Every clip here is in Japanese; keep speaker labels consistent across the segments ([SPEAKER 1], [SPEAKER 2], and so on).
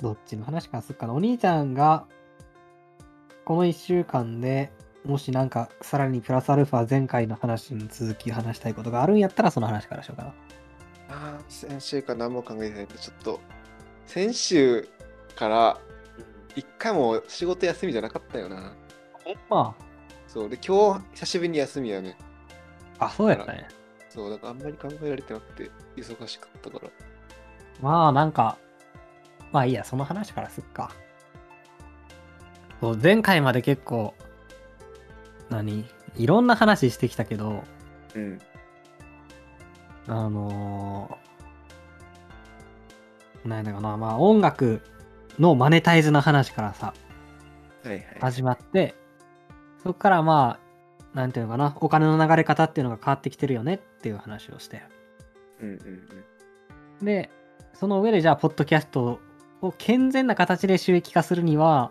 [SPEAKER 1] どっちの話からすっかな。お兄ちゃんが、この1週間で、もしなんか、さらにプラスアルファ前回の話の続き話したいことがあるんやったら、その話からしようかな。
[SPEAKER 2] あー先週から何も考えてないけどちょっと先週から一回も仕事休みじゃなかったよな
[SPEAKER 1] ほんま。
[SPEAKER 2] そうで今日久しぶりに休みやね
[SPEAKER 1] あ、そうやったね。
[SPEAKER 2] そうだからあんまり考えられてなくて忙しかったから
[SPEAKER 1] まあなんか、まあいいや、その話からすっか。そう、前回まで結構、何いろんな話してきたけど、
[SPEAKER 2] うん
[SPEAKER 1] あのー、なんだかな、まあ音楽のマネタイズの話からさ、
[SPEAKER 2] はいはい
[SPEAKER 1] 始まって、そっからまあ、なんていうのかな、お金の流れ方っていうのが変わってきてるよねっていう話をして。
[SPEAKER 2] うんうん
[SPEAKER 1] で、その上でじゃあ、ポッドキャストを健全な形で収益化するには、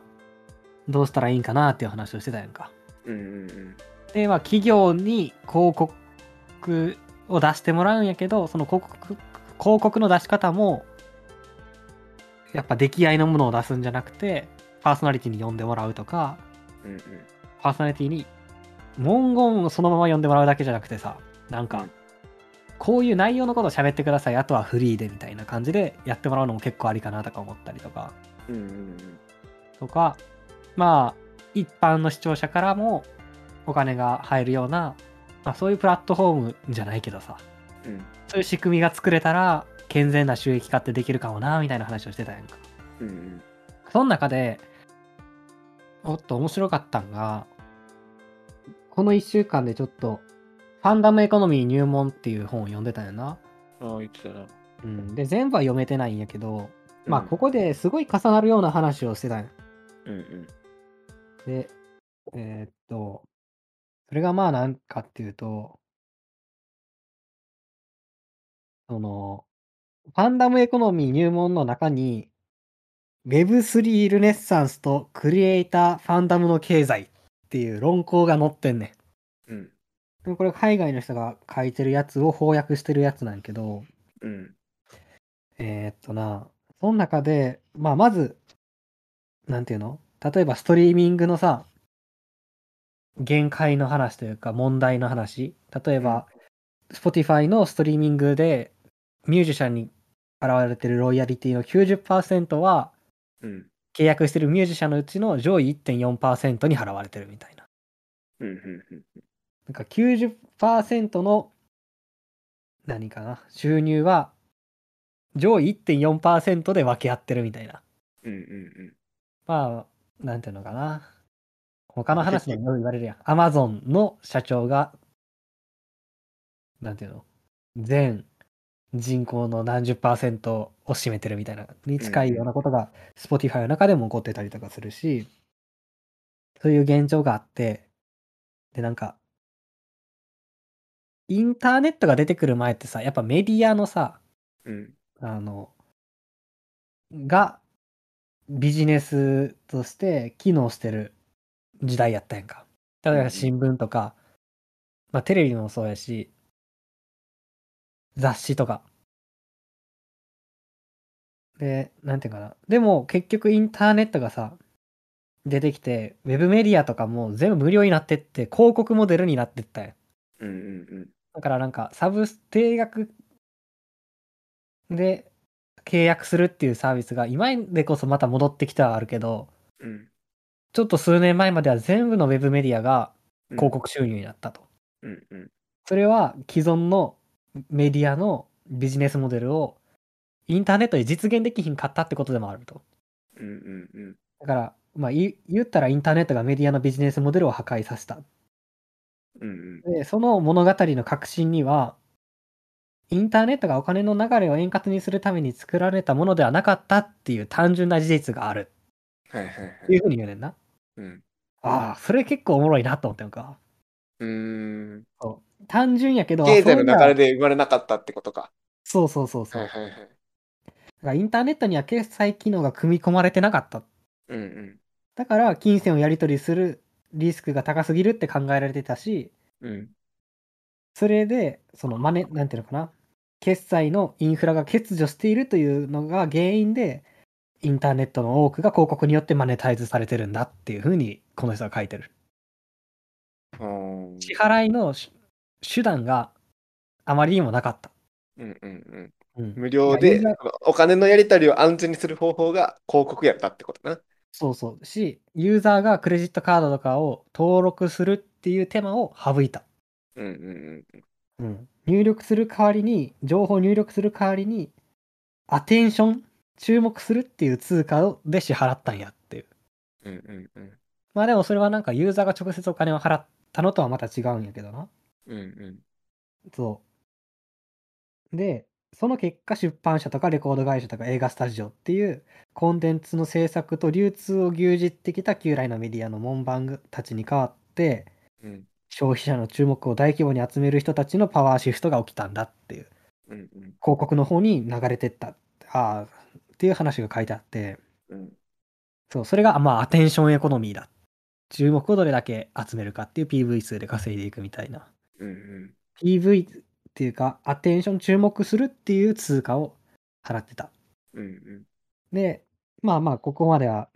[SPEAKER 1] どうしたらいいんかなっていう話をしてたやんか。
[SPEAKER 2] うんうんうん
[SPEAKER 1] で、まあ、企業に広告を出してもらうんやけど、その広告、広告の出し方も、やっぱ出来合いのものを出すんじゃなくて、パーソナリティに呼んでもらうとか、
[SPEAKER 2] うんうん
[SPEAKER 1] パーソナリティに文言をそのまま呼んでもらうだけじゃなくてさなん
[SPEAKER 2] う
[SPEAKER 1] か
[SPEAKER 2] ん
[SPEAKER 1] こういう内容のことを喋ってくださいあとはフリーでみたいな感じでやってもらうのも結構ありかなとか思ったりとか
[SPEAKER 2] うんうんうん
[SPEAKER 1] とかまあ一般の視聴者からもお金が入るような、まあ、そういうプラットフォームじゃないけどさ
[SPEAKER 2] うん
[SPEAKER 1] そういう仕組みが作れたら健全な収益化ってできるかもなみたいな話をしてたやんか
[SPEAKER 2] うんうん
[SPEAKER 1] その中で、おっと面白かったんが、この1週間でちょっと、ファンダムエコノミー入門っていう本を読んでたんやな。
[SPEAKER 2] ああ言ってたな
[SPEAKER 1] うん。で、全部は読めてないんやけど、まあ、
[SPEAKER 2] うん
[SPEAKER 1] ここですごい重なるような話をしてたんや。
[SPEAKER 2] うんうん
[SPEAKER 1] で、えーっと、それがまあなんかっていうと、その、ファンダムエコノミー入門の中に、Web3 ルネッサンスとクリエイターファンダムの経済っていう論考が載ってんね
[SPEAKER 2] うん
[SPEAKER 1] ん。でもこれ海外の人が書いてるやつを翻訳してるやつなんやけど、
[SPEAKER 2] うん
[SPEAKER 1] えーっとな、その中で、まあ、まず、なんていうの例えばストリーミングのさ、限界の話というか問題の話。例えば、Spotify のストリーミングでミュージシャンに払われてるロイヤリティの90%は
[SPEAKER 2] うん
[SPEAKER 1] 契約してるミュージシャンのうちの上位1.4%に払われてるみたいな。
[SPEAKER 2] うんうんうん
[SPEAKER 1] なんか90%の何かな収入は上位1.4%で分け合ってるみたいな。
[SPEAKER 2] うんうん
[SPEAKER 1] まあ、なんていうのかな。他の話でもよく言われるやん。アマゾンの社長が、なんていうの全人口の何十パーセントを占めてるみたいな、に近いようなことが、Spotify の中でも起こってたりとかするし、そういう現状があって、で、なんか、インターネットが出てくる前ってさ、やっぱメディアのさ、
[SPEAKER 2] うん
[SPEAKER 1] あの、がビジネスとして機能してる時代やったやんか。例
[SPEAKER 2] う
[SPEAKER 1] え
[SPEAKER 2] んう
[SPEAKER 1] ば
[SPEAKER 2] ん
[SPEAKER 1] 新聞とか、まあテレビもそうやし、雑誌とか。で、なんていうかな。でも結局インターネットがさ、出てきて、ウェブメディアとかも全部無料になってって、広告モデルになってったやん。
[SPEAKER 2] うんうんうん
[SPEAKER 1] だからなんか、サブス定額で契約するっていうサービスが今でこそまた戻ってきてはあるけど、
[SPEAKER 2] うん
[SPEAKER 1] ちょっと数年前までは全部のウェブメディアが
[SPEAKER 2] うん
[SPEAKER 1] 広告収入になったと。
[SPEAKER 2] うんうん
[SPEAKER 1] それは既存のメディアのビジネスモデルをインターネットで実現できひんかったってことでもあると。
[SPEAKER 2] うんうんうん
[SPEAKER 1] だから、まあ言う言ったらインターネットがメディアのビジネスモデルを破壊させた
[SPEAKER 2] うんうん
[SPEAKER 1] で、その物語の核心には、インターネットがお金の流れを円滑にするために作られたものではなかったっていう単純な事実がある
[SPEAKER 2] はいはいはい
[SPEAKER 1] っていうふうに言うねんな。
[SPEAKER 2] うん
[SPEAKER 1] ああ、それ結構おもろいなと思ってんか。
[SPEAKER 2] うーん
[SPEAKER 1] 単純やけど、
[SPEAKER 2] 経済の流れ
[SPEAKER 1] で。
[SPEAKER 2] で生まれなかったってことか。
[SPEAKER 1] そうそうそうそう。
[SPEAKER 2] はい
[SPEAKER 1] だ
[SPEAKER 2] はいはい。
[SPEAKER 1] からインターネットには決済機能が組み込まれてなかった。
[SPEAKER 2] うんうん
[SPEAKER 1] だから、金銭をやり取りするリスクが高すぎるって考えられてたし、
[SPEAKER 2] うん
[SPEAKER 1] それで、そのマネ、なんていうのかな、決済のインフラが欠如しているというのが原因で、インターネットの多くが広告によってマネタイズされてるんだっていうふうにこの人は書いてる。
[SPEAKER 2] うん
[SPEAKER 1] 支払いのし手段があまりにもなかった。
[SPEAKER 2] うんうん
[SPEAKER 1] うん
[SPEAKER 2] 無料で
[SPEAKER 1] いやユーザー
[SPEAKER 2] あのお金のやり取りを安全にする方法が広告やったってことな。
[SPEAKER 1] そうそう。し、ユーザーがクレジットカードとかを登録するっていう手間を省いた。
[SPEAKER 2] うんうん
[SPEAKER 1] うん、入力する代わりに、情報を入力する代わりに、アテンション、注目するっていう通貨をで支払ったんやっていう。
[SPEAKER 2] うんうんうんうん
[SPEAKER 1] まあでもそれはなんかユーザーが直接お金を払ったのとはまた違うんやけどな。
[SPEAKER 2] うんうん
[SPEAKER 1] そう。で、その結果出版社とかレコード会社とか映画スタジオっていうコンテンツの制作と流通を牛耳ってきた旧来のメディアの門番たちに代わって
[SPEAKER 2] うん
[SPEAKER 1] 消費者の注目を大規模に集める人たちのパワーシフトが起きたんだっていう
[SPEAKER 2] うんうん
[SPEAKER 1] 広告の方に流れてったあーっていう話が書いてあって
[SPEAKER 2] うん
[SPEAKER 1] そうそれがまあアテンションエコノミーだ注目をどれだけ集めるかっていう PV 数で稼いでいくみたいな
[SPEAKER 2] うん
[SPEAKER 1] PV っていうかアテンション注目するっていう通貨を払ってた
[SPEAKER 2] うんうん
[SPEAKER 1] でまあまあここまでは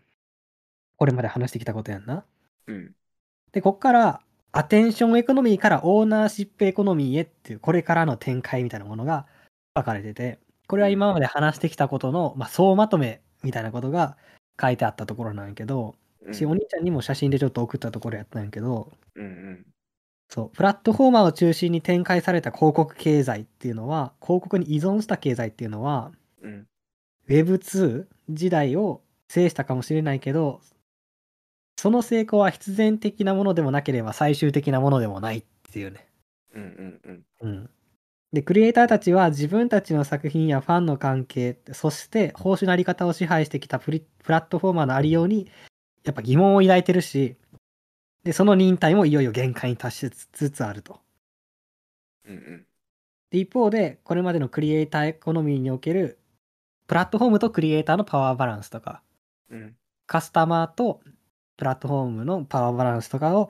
[SPEAKER 1] これまで話してきたことやんな
[SPEAKER 2] うん
[SPEAKER 1] でこっからアテンションエコノミーからオーナーシップエコノミーへっていうこれからの展開みたいなものが分かれててこれは今まで話してきたことの、まあ、総まとめみたいなことが書いてあったところなんやけど、
[SPEAKER 2] うん
[SPEAKER 1] しお兄ちゃんにも写真でちょっと送ったところやったんやけど、
[SPEAKER 2] うんうん
[SPEAKER 1] そう、プラットフォーマーを中心に展開された広告経済っていうのは、広告に依存した経済っていうのは、
[SPEAKER 2] うん
[SPEAKER 1] Web2 時代を制したかもしれないけど、その成功は必然的なものでもなければ最終的なものでもないっていうね。
[SPEAKER 2] うんうんうん
[SPEAKER 1] うん。で、クリエイターたちは自分たちの作品やファンの関係、そして報酬のあり方を支配してきたプリプラットフォーマーのありように、やっぱ疑問を抱いてるし、で、その忍耐もいよいよ限界に達しつつつあると。
[SPEAKER 2] うんうん
[SPEAKER 1] で一方でこれまでのクリエイターエコノミーにおけるプラットフォームとクリエイターのパワーバランスとか
[SPEAKER 2] うん
[SPEAKER 1] カスタマーとプラットフォームのパワーバランスとかを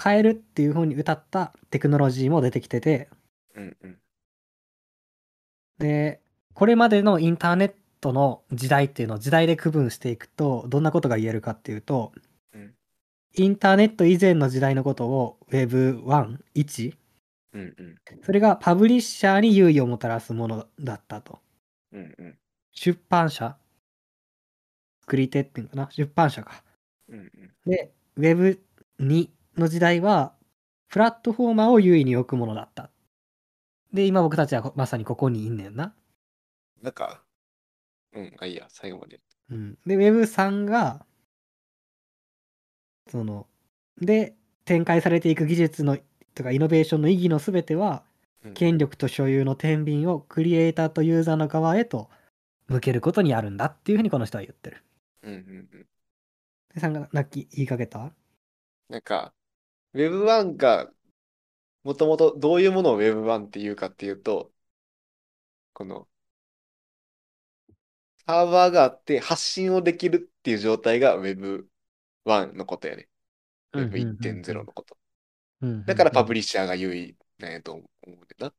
[SPEAKER 1] 変えるっていう風に歌ったテクノロジーも出てきてて
[SPEAKER 2] うんうん
[SPEAKER 1] でこれまでのインターネットの時代っていうのを時代で区分していくとどんなことが言えるかっていうと、
[SPEAKER 2] うん
[SPEAKER 1] インターネット以前の時代のことを Web11
[SPEAKER 2] うんうん
[SPEAKER 1] それがパブリッシャーに優位をもたらすものだったと。
[SPEAKER 2] うんうん
[SPEAKER 1] 出版社作り手っていうのかな出版社か。
[SPEAKER 2] うんうん
[SPEAKER 1] で、Web2 の時代は、プラットフォーマーを優位に置くものだった。で、今僕たちはこまさにここにいんねんな。
[SPEAKER 2] なんか、うん、あ、いいや、最後まで。
[SPEAKER 1] うん。で、Web3 が、その、で、展開されていく技術の、とかイノベーションの意義のすべては、
[SPEAKER 2] うん
[SPEAKER 1] 権力と所有の天秤をクリエイターとユーザーの側へと向けることにあるんだっていうふうにこの人は言ってる。
[SPEAKER 2] うんうんうん。
[SPEAKER 1] で、さんが、なっき言いかけた
[SPEAKER 2] なんか、Web1 が、もともとどういうものを Web1 っていうかっていうと、この、サーバーがあって発信をできるっていう状態が Web1 のことやね。
[SPEAKER 1] うんうんうんうん
[SPEAKER 2] Web1.0 のこと。
[SPEAKER 1] うん
[SPEAKER 2] だからパブ
[SPEAKER 1] リ
[SPEAKER 2] リッシャーが優位なんやと思うねんな。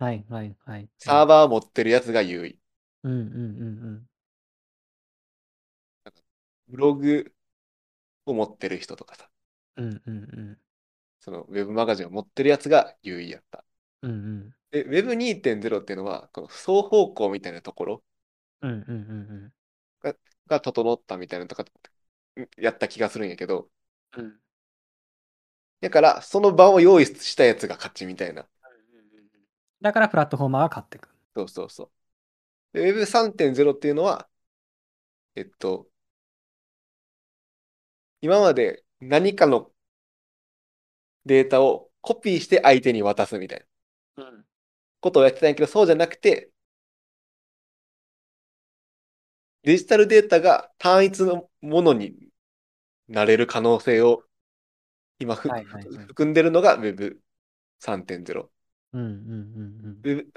[SPEAKER 1] はいはいはい。
[SPEAKER 2] サ
[SPEAKER 1] バ
[SPEAKER 2] ーバーを持ってるやつが優位。
[SPEAKER 1] ー。うんうんうん
[SPEAKER 2] ブログを持ってる人とかさ、
[SPEAKER 1] うん。うんうん
[SPEAKER 2] その Web マガジンを持ってるやつが優位やった。
[SPEAKER 1] うん。うん
[SPEAKER 2] で、Web2.0 っていうのは、この双方向みたいなところ
[SPEAKER 1] うん。うんうんうん
[SPEAKER 2] が整ったみたいなのとか、んやった気がするんやけど、
[SPEAKER 1] うん。うん
[SPEAKER 2] だから、その場を用意したやつが勝ちみたいな。
[SPEAKER 1] だからプラットフォーマーが勝っていく。
[SPEAKER 2] そうそうそう。で Web3.0 っていうのは、えっと、今まで何かのデータをコピーして相手に渡すみたいな
[SPEAKER 1] うん。
[SPEAKER 2] ことをやってたんやけど、そうじゃなくて、デジタルデータが単一のものになれる可能性を今ふ、
[SPEAKER 1] はいはいはい
[SPEAKER 2] 含んでるのが Web3.0。
[SPEAKER 1] うんうんうん
[SPEAKER 2] Web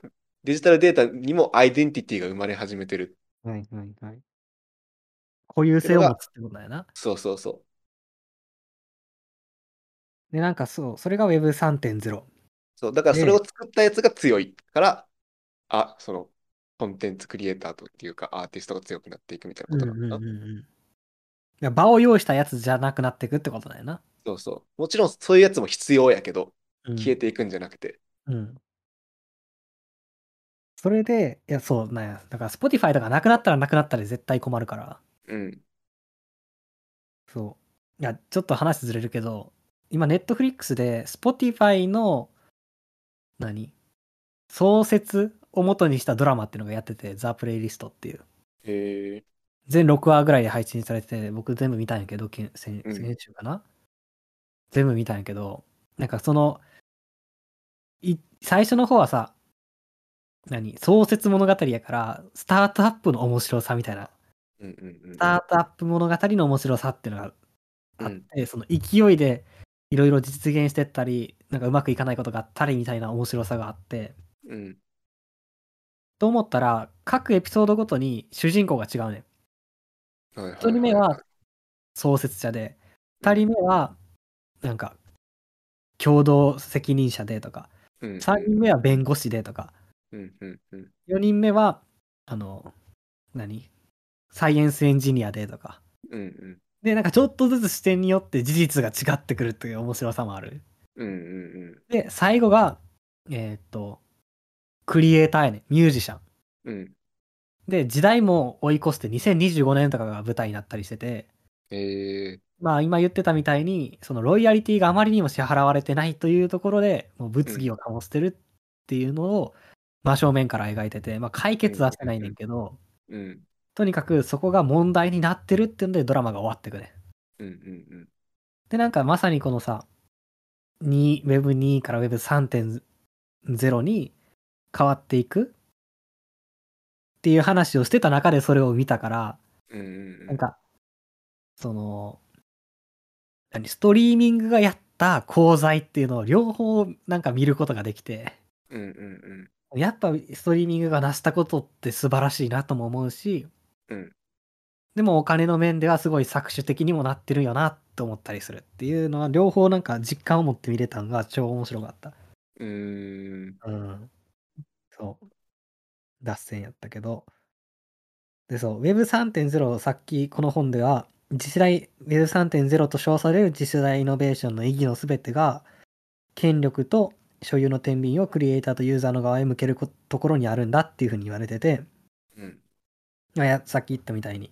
[SPEAKER 2] デジタルデータにもアイデンティティが生まれ始めてる。
[SPEAKER 1] うん。はいはいはい。固有性を持つってことだよな。
[SPEAKER 2] そうそうそ
[SPEAKER 1] で、なんかそう、それが Web3.0。
[SPEAKER 2] う。そうだからそれを作ったやつが強いから、あ、そのコンテンツクリエイターというかアーティストが強くなっていくみたいな
[SPEAKER 1] う
[SPEAKER 2] こ
[SPEAKER 1] ん
[SPEAKER 2] と
[SPEAKER 1] う
[SPEAKER 2] なの
[SPEAKER 1] ん
[SPEAKER 2] かな、
[SPEAKER 1] うんうんいや場を用意したやつじゃなくなっていくってことだよな。
[SPEAKER 2] そうそうもちろんそういうやつも必要やけど
[SPEAKER 1] うん
[SPEAKER 2] 消えていくんじゃなくて、
[SPEAKER 1] うん。それで、いや、そうなんや。だから、Spotify とかなくなったらなくなったで絶対困るから。
[SPEAKER 2] うん、
[SPEAKER 1] そう。いや、ちょっと話ずれるけど、今、Netflix で Spotify の、何創設を元にしたドラマっていうのがやってて、ザ・プレイリストっていう。
[SPEAKER 2] へえ
[SPEAKER 1] 全6話ぐらいで配信されてて、僕全部見たんやけど、けん先
[SPEAKER 2] うん
[SPEAKER 1] 先週かな、全部見たんやけど、なんかその、い最初の方はさ、何創設物語やから、スタートアップの面白さみたいな、
[SPEAKER 2] うんうんうんうん
[SPEAKER 1] スタートアップ物語の面白さっていうのがあっ
[SPEAKER 2] うん
[SPEAKER 1] て、その勢いでいろいろ実現してったり、なんかうまくいかないことがあったりみたいな面白さがあって、
[SPEAKER 2] うん
[SPEAKER 1] と思ったら、各エピソードごとに主人公が違うねん。
[SPEAKER 2] はいはい
[SPEAKER 1] 一人目は創設者で二人目はなんか共同責任者でとか
[SPEAKER 2] うんうん
[SPEAKER 1] 三人目は弁護士でとか
[SPEAKER 2] うんうんうん
[SPEAKER 1] 四人目はあの何サイエンスエンジニアでとか
[SPEAKER 2] うんうん
[SPEAKER 1] でなんかちょっとずつ視点によって事実が違ってくるっていう面白さもある
[SPEAKER 2] うんうん
[SPEAKER 1] で最後がえーっとクリエイターやねミュージシャン
[SPEAKER 2] うんうん
[SPEAKER 1] で時代も追い越して2025年とかが舞台になったりしてて
[SPEAKER 2] へえ
[SPEAKER 1] まあ今言ってたみたいにそのロイヤリティがあまりにも支払われてないというところでもう物議を醸してるっていうのを真正面から描いてて、まあ、解決はしてないねんけど
[SPEAKER 2] うん
[SPEAKER 1] とにかくそこが問題になってるっていうんでドラマが終わってくね。
[SPEAKER 2] うんうん
[SPEAKER 1] でなんかまさにこのさ Web2 から Web3.0 に変わっていくっていう話をしてた中でそれを見たから
[SPEAKER 2] うんうん
[SPEAKER 1] なんか、その、何、ストリーミングがやった功罪っていうのを両方なんか見ることができて、
[SPEAKER 2] うんうんうん
[SPEAKER 1] やっぱストリーミングが成したことって素晴らしいなとも思うし、
[SPEAKER 2] うん
[SPEAKER 1] でもお金の面ではすごい搾取的にもなってるよなと思ったりするっていうのは両方なんか実感を持って見れたのが超面白かった。
[SPEAKER 2] うーん
[SPEAKER 1] うん。そう。脱線やったけど。で、そう、Web3.0、さっきこの本では、次世代 Web3.0 と称される次世代イノベーションの意義のすべてが、権力と所有の天秤をクリエイターとユーザーの側へ向けることころにあるんだっていうふうに言われてて、
[SPEAKER 2] うん
[SPEAKER 1] まあやさっき言ったみたいに、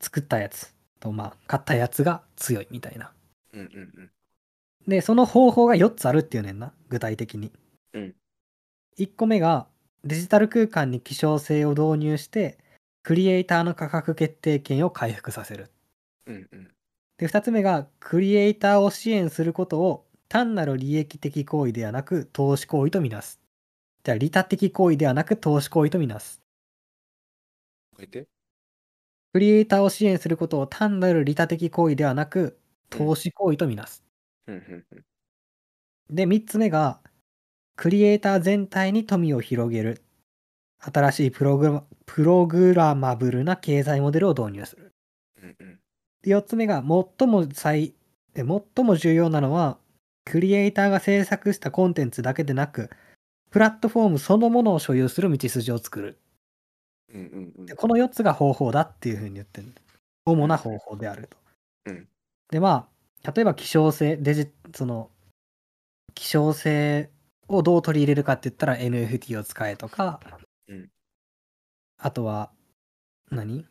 [SPEAKER 1] 作ったやつと、まあ、買ったやつが強いみたいな。
[SPEAKER 2] うんうん
[SPEAKER 1] で、その方法が4つあるっていうねんな、具体的に。
[SPEAKER 2] うん
[SPEAKER 1] 1個目が、デジタル空間に希少性を導入して、クリエイターの価格決定権を回復させる。
[SPEAKER 2] うんうん
[SPEAKER 1] で、2つ目が、クリエイターを支援することを単なる利益的行為ではなく投資行為とみなす。じゃあ、利他的行為ではなく投資行為とみなす。
[SPEAKER 2] 書いて
[SPEAKER 1] クリエイターを支援することを単なる利他的行為ではなく投資行為とみなす。
[SPEAKER 2] うんうんうん
[SPEAKER 1] で、3つ目が、クリエイター全体に富を広げる。新しいプログラプログラマブルな経済モデルを導入する。
[SPEAKER 2] うんうん
[SPEAKER 1] で4つ目が、最も最、え最も重要なのは、クリエイターが制作したコンテンツだけでなく、プラットフォームそのものを所有する道筋を作る。
[SPEAKER 2] うんうんうん
[SPEAKER 1] でこの4つが方法だっていうふうに言ってる。主な方法であると。
[SPEAKER 2] うん
[SPEAKER 1] でまあ例えば希少性デジその希少性をどう取り入れるかって言ったら NFT を使えとか、
[SPEAKER 2] うん
[SPEAKER 1] あとは何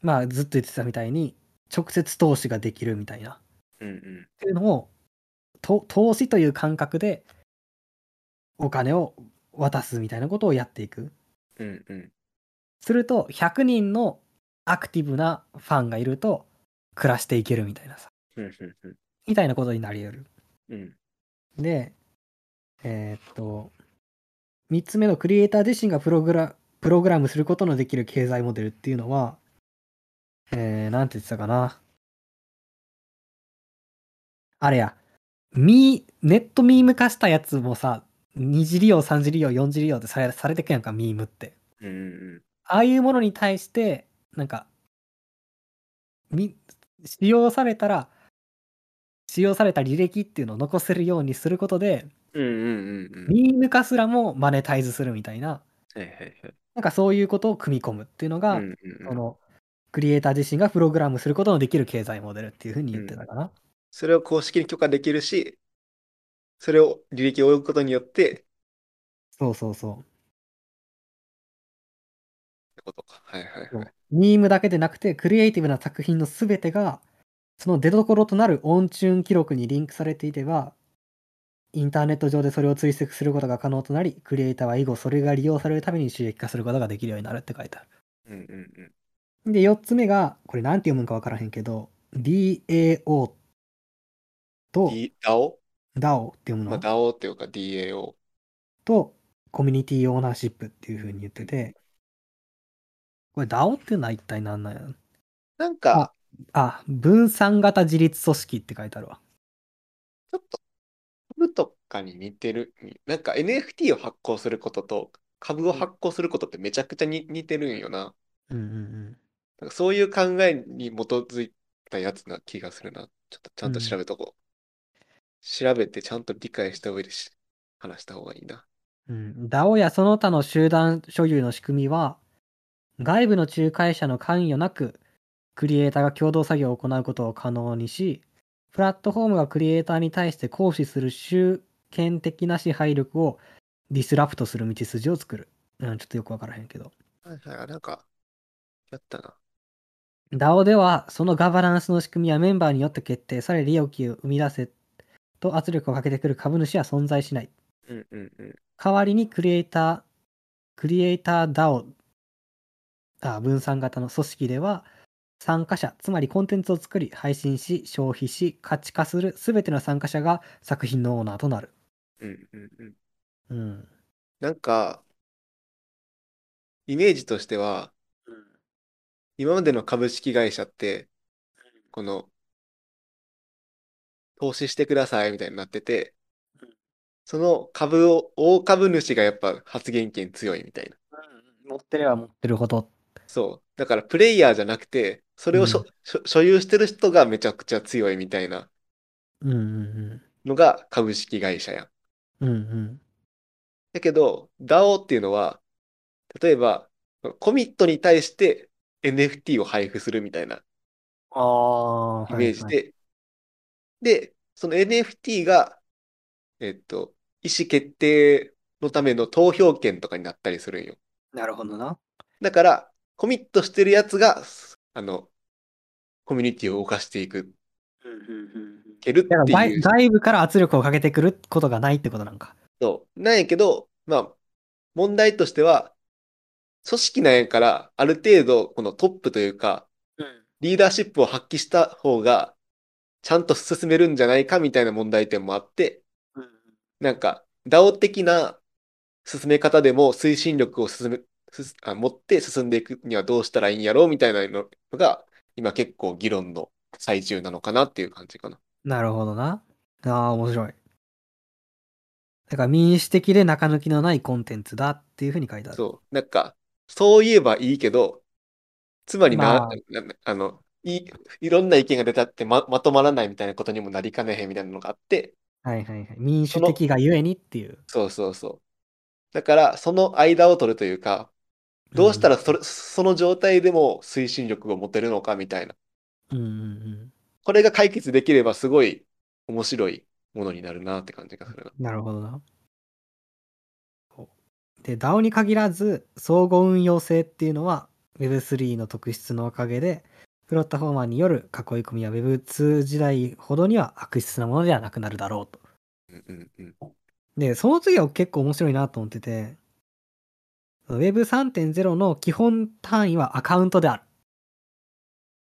[SPEAKER 1] まあずっと言ってたみたいに直接投資ができるみたいなっ
[SPEAKER 2] うんうん
[SPEAKER 1] ていうのをと投資という感覚でお金を渡すみたいなことをやっていく。
[SPEAKER 2] うんうん
[SPEAKER 1] すると100人のアクティブなファンがいると暮らしていけるみたいなさ
[SPEAKER 2] うんうんうん
[SPEAKER 1] みたいなことになり得る。
[SPEAKER 2] うん
[SPEAKER 1] でえーっと3つ目のクリエイター自身がプログラプログラムすることのできる経済モデルっていうのはえー、なんて言ってたかなあれやミーネットミーム化したやつもさ2次利用3次利用4次利用ってされされてくやんかミームって。
[SPEAKER 2] うんうん
[SPEAKER 1] ああいうものに対して、なんか、み、使用されたら、使用された履歴っていうのを残せるようにすることで、
[SPEAKER 2] うんうんうんうん
[SPEAKER 1] ミーム化すらもマネタイズするみたいな、
[SPEAKER 2] はいはいはい。
[SPEAKER 1] なんかそういうことを組み込むっていうのが、
[SPEAKER 2] うんうんうん
[SPEAKER 1] そのクリエイター自身がプログラムすることのできる経済モデルっていうふうに言ってたかな。
[SPEAKER 2] それを公式に許可できるし、それを履歴を追うことによって、って
[SPEAKER 1] そうそうそう。
[SPEAKER 2] ことか。はいはい
[SPEAKER 1] そ
[SPEAKER 2] は
[SPEAKER 1] う
[SPEAKER 2] い。
[SPEAKER 1] ミームだけでなくて、クリエイティブな作品のすべてが、その出どころとなる音チューン記録にリンクされていれば、インターネット上でそれを追跡することが可能となり、クリエイターは以後それが利用されるために収益化することができるようになるって書いてあ
[SPEAKER 2] うんうんうん。
[SPEAKER 1] る。で、4つ目が、これなんて読むんかわからへんけど、DAO と
[SPEAKER 2] D- DAO?
[SPEAKER 1] DAO って読む
[SPEAKER 2] まあ、
[SPEAKER 1] の
[SPEAKER 2] DAO っていうか DAO。
[SPEAKER 1] と、コミュニティオーナーシップっていうふうに言ってて、これ DAO っていうのは一体何なんやろ
[SPEAKER 2] なんか、
[SPEAKER 1] あ、分散型自立組織って書いてあるわ。
[SPEAKER 2] ちょっと、株とかに似てる。なんか NFT を発行することと、株を発行することってめちゃくちゃに似てるんよな。
[SPEAKER 1] うんうんうん。
[SPEAKER 2] なんかそういう考えに基づいたやつな気がするな。ちょっとちゃんと調べとこう。調べてちゃんと理解した上でし話した方がいいな。
[SPEAKER 1] うん、DAO やその他の集団所有の仕組みは外部の仲介者の関与なくクリエイターが共同作業を行うことを可能にしプラットフォームがクリエイターに対して行使する集権的な支配力をディスラプトする道筋を作る、うん、ちょっとよくわからへんけど
[SPEAKER 2] はいはい、あなんか、やったな。
[SPEAKER 1] DAO ではそのガバナンスの仕組みはメンバーによって決定され利益を生み出せと圧力をかけてくる株主は存在しない
[SPEAKER 2] うんうんうん。
[SPEAKER 1] 代わりにクリエイター、クリエイター DAO、あ分散型の組織では、参加者、つまりコンテンツを作り、配信し、消費し、価値化する全ての参加者が作品のオーナーとなる。
[SPEAKER 2] うんうんうん。
[SPEAKER 1] うん。
[SPEAKER 2] なんか、イメージとしては、今までの株式会社って、この、投資してくださいみたいになってて
[SPEAKER 1] うん、
[SPEAKER 2] その株を、大株主がやっぱ発言権強いみたいな。
[SPEAKER 1] 持ってれば持ってるほど。
[SPEAKER 2] そう。だからプレイヤーじゃなくて、それをしょ
[SPEAKER 1] うん
[SPEAKER 2] しょ所有してる人がめちゃくちゃ強いみたいな
[SPEAKER 1] うんうん
[SPEAKER 2] のが株式会社やん。
[SPEAKER 1] うん。うん
[SPEAKER 2] だけど、DAO っていうのは、例えば、コミットに対して NFT を配布するみたいな
[SPEAKER 1] ああ、
[SPEAKER 2] イメージで、で、その NFT が、えっと、意思決定のための投票権とかになったりするんよ。
[SPEAKER 1] なるほどな。
[SPEAKER 2] だから、コミットしてるやつが、あの、コミュニティを動かしていく、けるって
[SPEAKER 1] だから
[SPEAKER 2] い
[SPEAKER 1] 外
[SPEAKER 2] う。
[SPEAKER 1] 外部から圧力をかけてくることがないってことなんか。
[SPEAKER 2] そう。なんやけど、まあ、問題としては、組織なんやから、ある程度、このトップというか、リーダーシップを発揮した方が、ちゃんと進めるんじゃないかみたいな問題点もあって、なんか、DAO 的な進め方でも推進力を進め、すあ、持って進んでいくにはどうしたらいいんやろうみたいなのが、今結構議論の最中なのかなっていう感じかな。
[SPEAKER 1] なるほどな。ああ、面白い。だから民主的で中抜きのないコンテンツだっていうふうに書いてある。
[SPEAKER 2] そう、なんか、そう言えばいいけど、つまり
[SPEAKER 1] ま
[SPEAKER 2] な、ななあの、い、いろんな意見が出たってま、まとまらないみたいなことにもなりかねへんみたいなのがあって、
[SPEAKER 1] はいはいはい。民主的がゆえにっていう。
[SPEAKER 2] そうそうそう。だから、その間を取るというか、どうしたらそれ、その状態でも推進力を持てるのかみたいな。
[SPEAKER 1] うんうんうん
[SPEAKER 2] これが解決できればすごい面白いものになるなって感じがするな。
[SPEAKER 1] うん。なるほどな。そうで、DAO に限らず、相互運用性っていうのは Web3 の特質のおかげで、プラットフォーマーによる囲い込みや Web2 時代ほどには悪質なものではなくなるだろうと。
[SPEAKER 2] うんうんうん。
[SPEAKER 1] で、その次は結構面白いなと思ってて、Web3.0 の基本単位はアカウントである。っ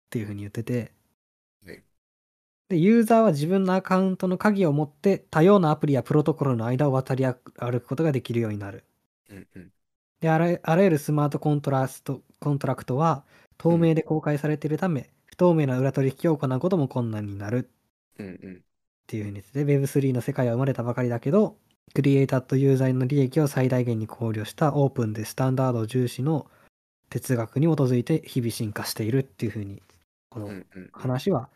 [SPEAKER 1] ていうふうに言ってて
[SPEAKER 2] はい、
[SPEAKER 1] で、ユーザーは自分のアカウントの鍵を持って多様なアプリやプロトコルの間を渡り歩くことができるようになる。
[SPEAKER 2] うんうん。
[SPEAKER 1] で、あらあらゆるスマートコントラスト、コントラクトは透明で公開されているため、不透明な裏取引を行うことも困難になる。
[SPEAKER 2] うんうん。
[SPEAKER 1] っていうふうに言ってて Web3 の世界は生まれたばかりだけどクリエイターとユーザーの利益を最大限に考慮したオープンでスタンダードを重視の哲学に基づいて日々進化しているっていうふうにこ
[SPEAKER 2] う
[SPEAKER 1] の
[SPEAKER 2] んうん。
[SPEAKER 1] 話は、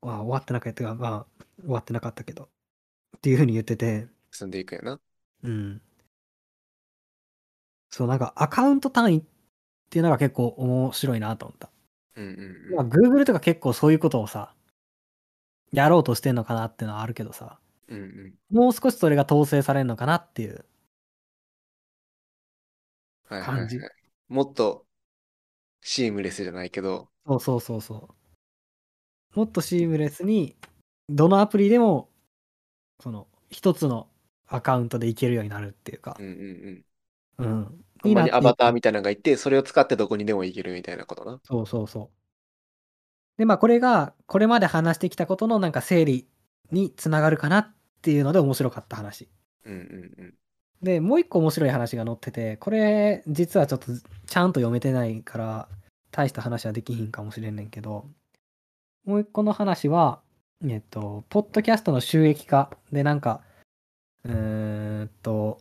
[SPEAKER 1] まあ、終わってなかったまあ終わってなかったけどっていうふうに言ってて
[SPEAKER 2] 進んでいくやな。
[SPEAKER 1] うんそう、なんかアカウント単位っていうのが結構面白いなと思った。
[SPEAKER 2] うんうんうん
[SPEAKER 1] まあ、Google とか結構そういうことをさ、やろうとしてんのかなっていうのはあるけどさ、
[SPEAKER 2] うんうん。
[SPEAKER 1] もう少しそれが統制されるのかなっていう。
[SPEAKER 2] はいはい
[SPEAKER 1] 感じ
[SPEAKER 2] はい。もっとシームレスじゃないけど、
[SPEAKER 1] そうそうそうそう。もっとシームレスに、どのアプリでも、その、一つのアカウントでいけるようになるっていうか
[SPEAKER 2] う、んうんうん。
[SPEAKER 1] うん。
[SPEAKER 2] ほんまにアバター
[SPEAKER 1] み
[SPEAKER 2] みたいなのがいて、それを使ってどこにでも行けるみたいなことな。
[SPEAKER 1] そうそうそう。で、まあ、これが、これまで話してきたことのなんか整理につながるかなっていうので面白かった話。
[SPEAKER 2] うんうんうん。
[SPEAKER 1] で、もう一個面白い話が載ってて、これ、実はちょっとちゃんと読めてないから、大した話はできひんかもしれんねんけど、もう一個の話は、えっと、ポッドキャストの収益化でなんか、うーんと、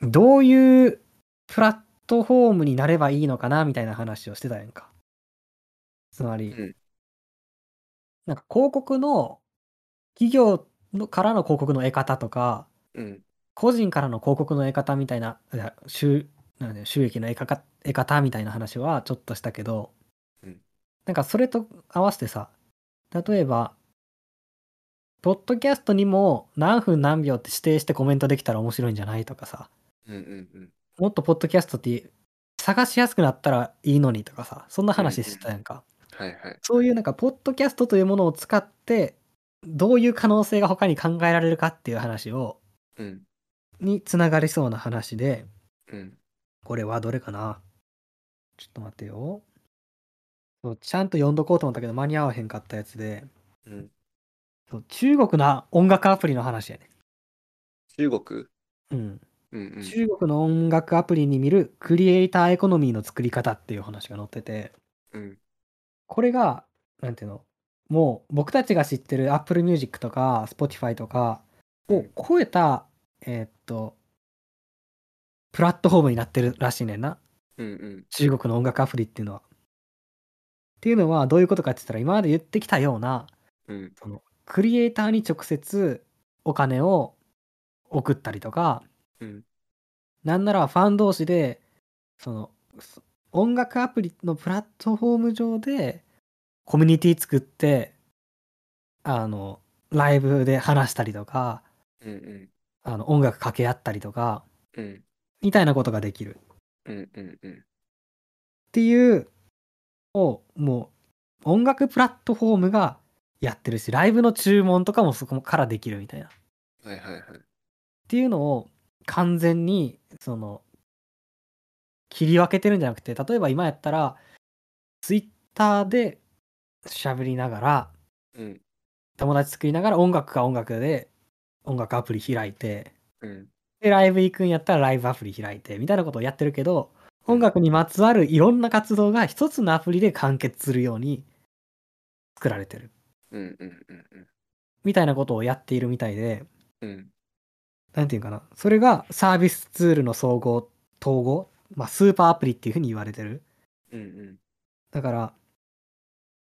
[SPEAKER 1] どういうプラットフォームになればいいのかなみたいな話をしてたやんか。つまり、
[SPEAKER 2] うん
[SPEAKER 1] なんか広告の、企業のからの広告の得方とか、
[SPEAKER 2] うん
[SPEAKER 1] 個人からの広告の得方みたいな、いや収なんだよ収益の得方得方みたいな話はちょっとしたけど、
[SPEAKER 2] うん
[SPEAKER 1] なんかそれと合わせてさ、例えば、ポッドキャストにも何分何秒って指定してコメントできたら面白いんじゃないとかさ、
[SPEAKER 2] うんうんうん。
[SPEAKER 1] もっとポッドキャストって探しやすくなったらいいのにとかさ、そんな話してたやんか。
[SPEAKER 2] はいはい。
[SPEAKER 1] そういうなんか、ポッドキャストというものを使って、どういう可能性が他に考えられるかっていう話を、
[SPEAKER 2] うん
[SPEAKER 1] につながりそうな話で、
[SPEAKER 2] うん。
[SPEAKER 1] これはどれかなちょっと待ってよ。そうちゃんと読んどこうと思ったけど間に合わへんかったやつで、
[SPEAKER 2] うん。
[SPEAKER 1] そう中国の音楽アプリの話やね。
[SPEAKER 2] 中国
[SPEAKER 1] うん。
[SPEAKER 2] うんうん。
[SPEAKER 1] 中国の音楽アプリに見るクリエイターエコノミーの作り方っていう話が載ってて、
[SPEAKER 2] うん
[SPEAKER 1] これが、なんていうの、もう僕たちが知ってる Apple Music とか Spotify とかを超えた、えーっと、プラットフォームになってるらしいねんな。
[SPEAKER 2] うんうん。
[SPEAKER 1] 中国の音楽アプリっていうのは。っていうのはどういうことかって言ったら今まで言ってきたような
[SPEAKER 2] うん
[SPEAKER 1] クリエイターに直接お金を送ったりとか
[SPEAKER 2] うん
[SPEAKER 1] なんならファン同士でそのそ音楽アプリのプラットフォーム上でコミュニティ作ってあのライブで話したりとか
[SPEAKER 2] うんうん
[SPEAKER 1] あの音楽掛け合ったりとか
[SPEAKER 2] うん
[SPEAKER 1] みたいなことができる。
[SPEAKER 2] うんうんうん。
[SPEAKER 1] っていうをもう音楽プラットフォームがやってるしライブの注文とかもそこからできるみたいなっ
[SPEAKER 2] はいはいはい。
[SPEAKER 1] ていうのを完全にその切り分けてるんじゃなくて例えば今やったらツイッターでしゃべりながら
[SPEAKER 2] うん
[SPEAKER 1] 友達作りながら音楽か音楽で音楽アプリ開いて
[SPEAKER 2] うん
[SPEAKER 1] でライブ行くんやったらライブアプリ開いてみたいなことをやってるけど音楽にまつわるいろんな活動が一つのアプリで完結するように作られてる
[SPEAKER 2] うんうんうんうん
[SPEAKER 1] みたいなことをやっているみたいで
[SPEAKER 2] うん
[SPEAKER 1] なんていうんかなそれがサービスツールの総合統合、まあ、スーパーアプリっていうふうに言われてる
[SPEAKER 2] うんうん
[SPEAKER 1] だから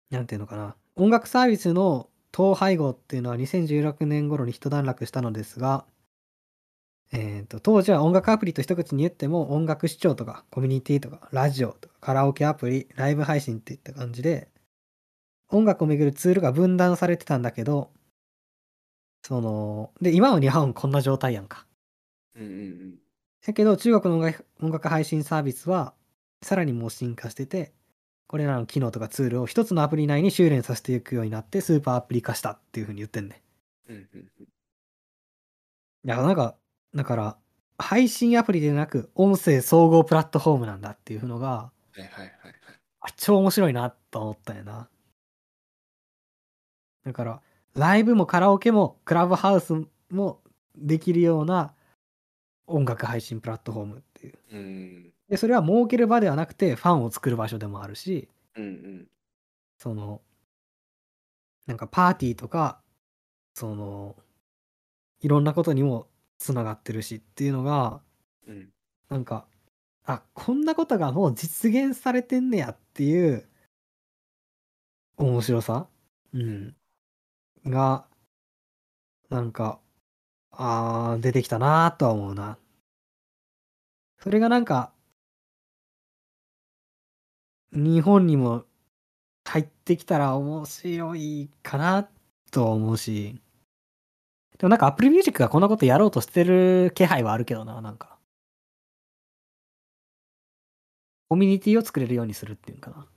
[SPEAKER 1] なんていうのかな音楽サービスの統廃合っていうのは2016年頃に一段落したのですが、えー、と当時は音楽アプリと一口に言っても音楽視聴とかコミュニティとかラジオとかカラオケアプリライブ配信っていった感じで音楽をめぐるツールが分断されてたんだけどそので今は日本こんな状態やんか
[SPEAKER 2] うんうん
[SPEAKER 1] だけど中国の音楽音楽配信サービスはさらにもう進化しててこれらの機能とかツールを一つのアプリ内に修練させていくようになってスーパーアプリ化したっていうふうに言ってんね
[SPEAKER 2] うんうん
[SPEAKER 1] いやなんかだから配信アプリでなく音声総合プラットフォームなんだっていうのが
[SPEAKER 2] はいはいはいはい。
[SPEAKER 1] あ超面白いなと思ったんやなだからライブもカラオケもクラブハウスもできるような音楽配信プラットフォームっていう
[SPEAKER 2] うん
[SPEAKER 1] でそれは儲ける場ではなくてファンを作る場所でもあるし
[SPEAKER 2] うんうん
[SPEAKER 1] そのなんかパーティーとかそのいろんなことにもつながってるしっていうのが
[SPEAKER 2] うん
[SPEAKER 1] なんかあこんなことがもう実現されてんねやっていう面白さ、うん、がなんかあー出てきたなーとは思うな。それがなんか日本にも入ってきたら面白いかなとは思うし。でもなんか Apple Music がこんなことやろうとしてる気配はあるけどな、なんか。コミュニティを作れるようにするっていうのかな。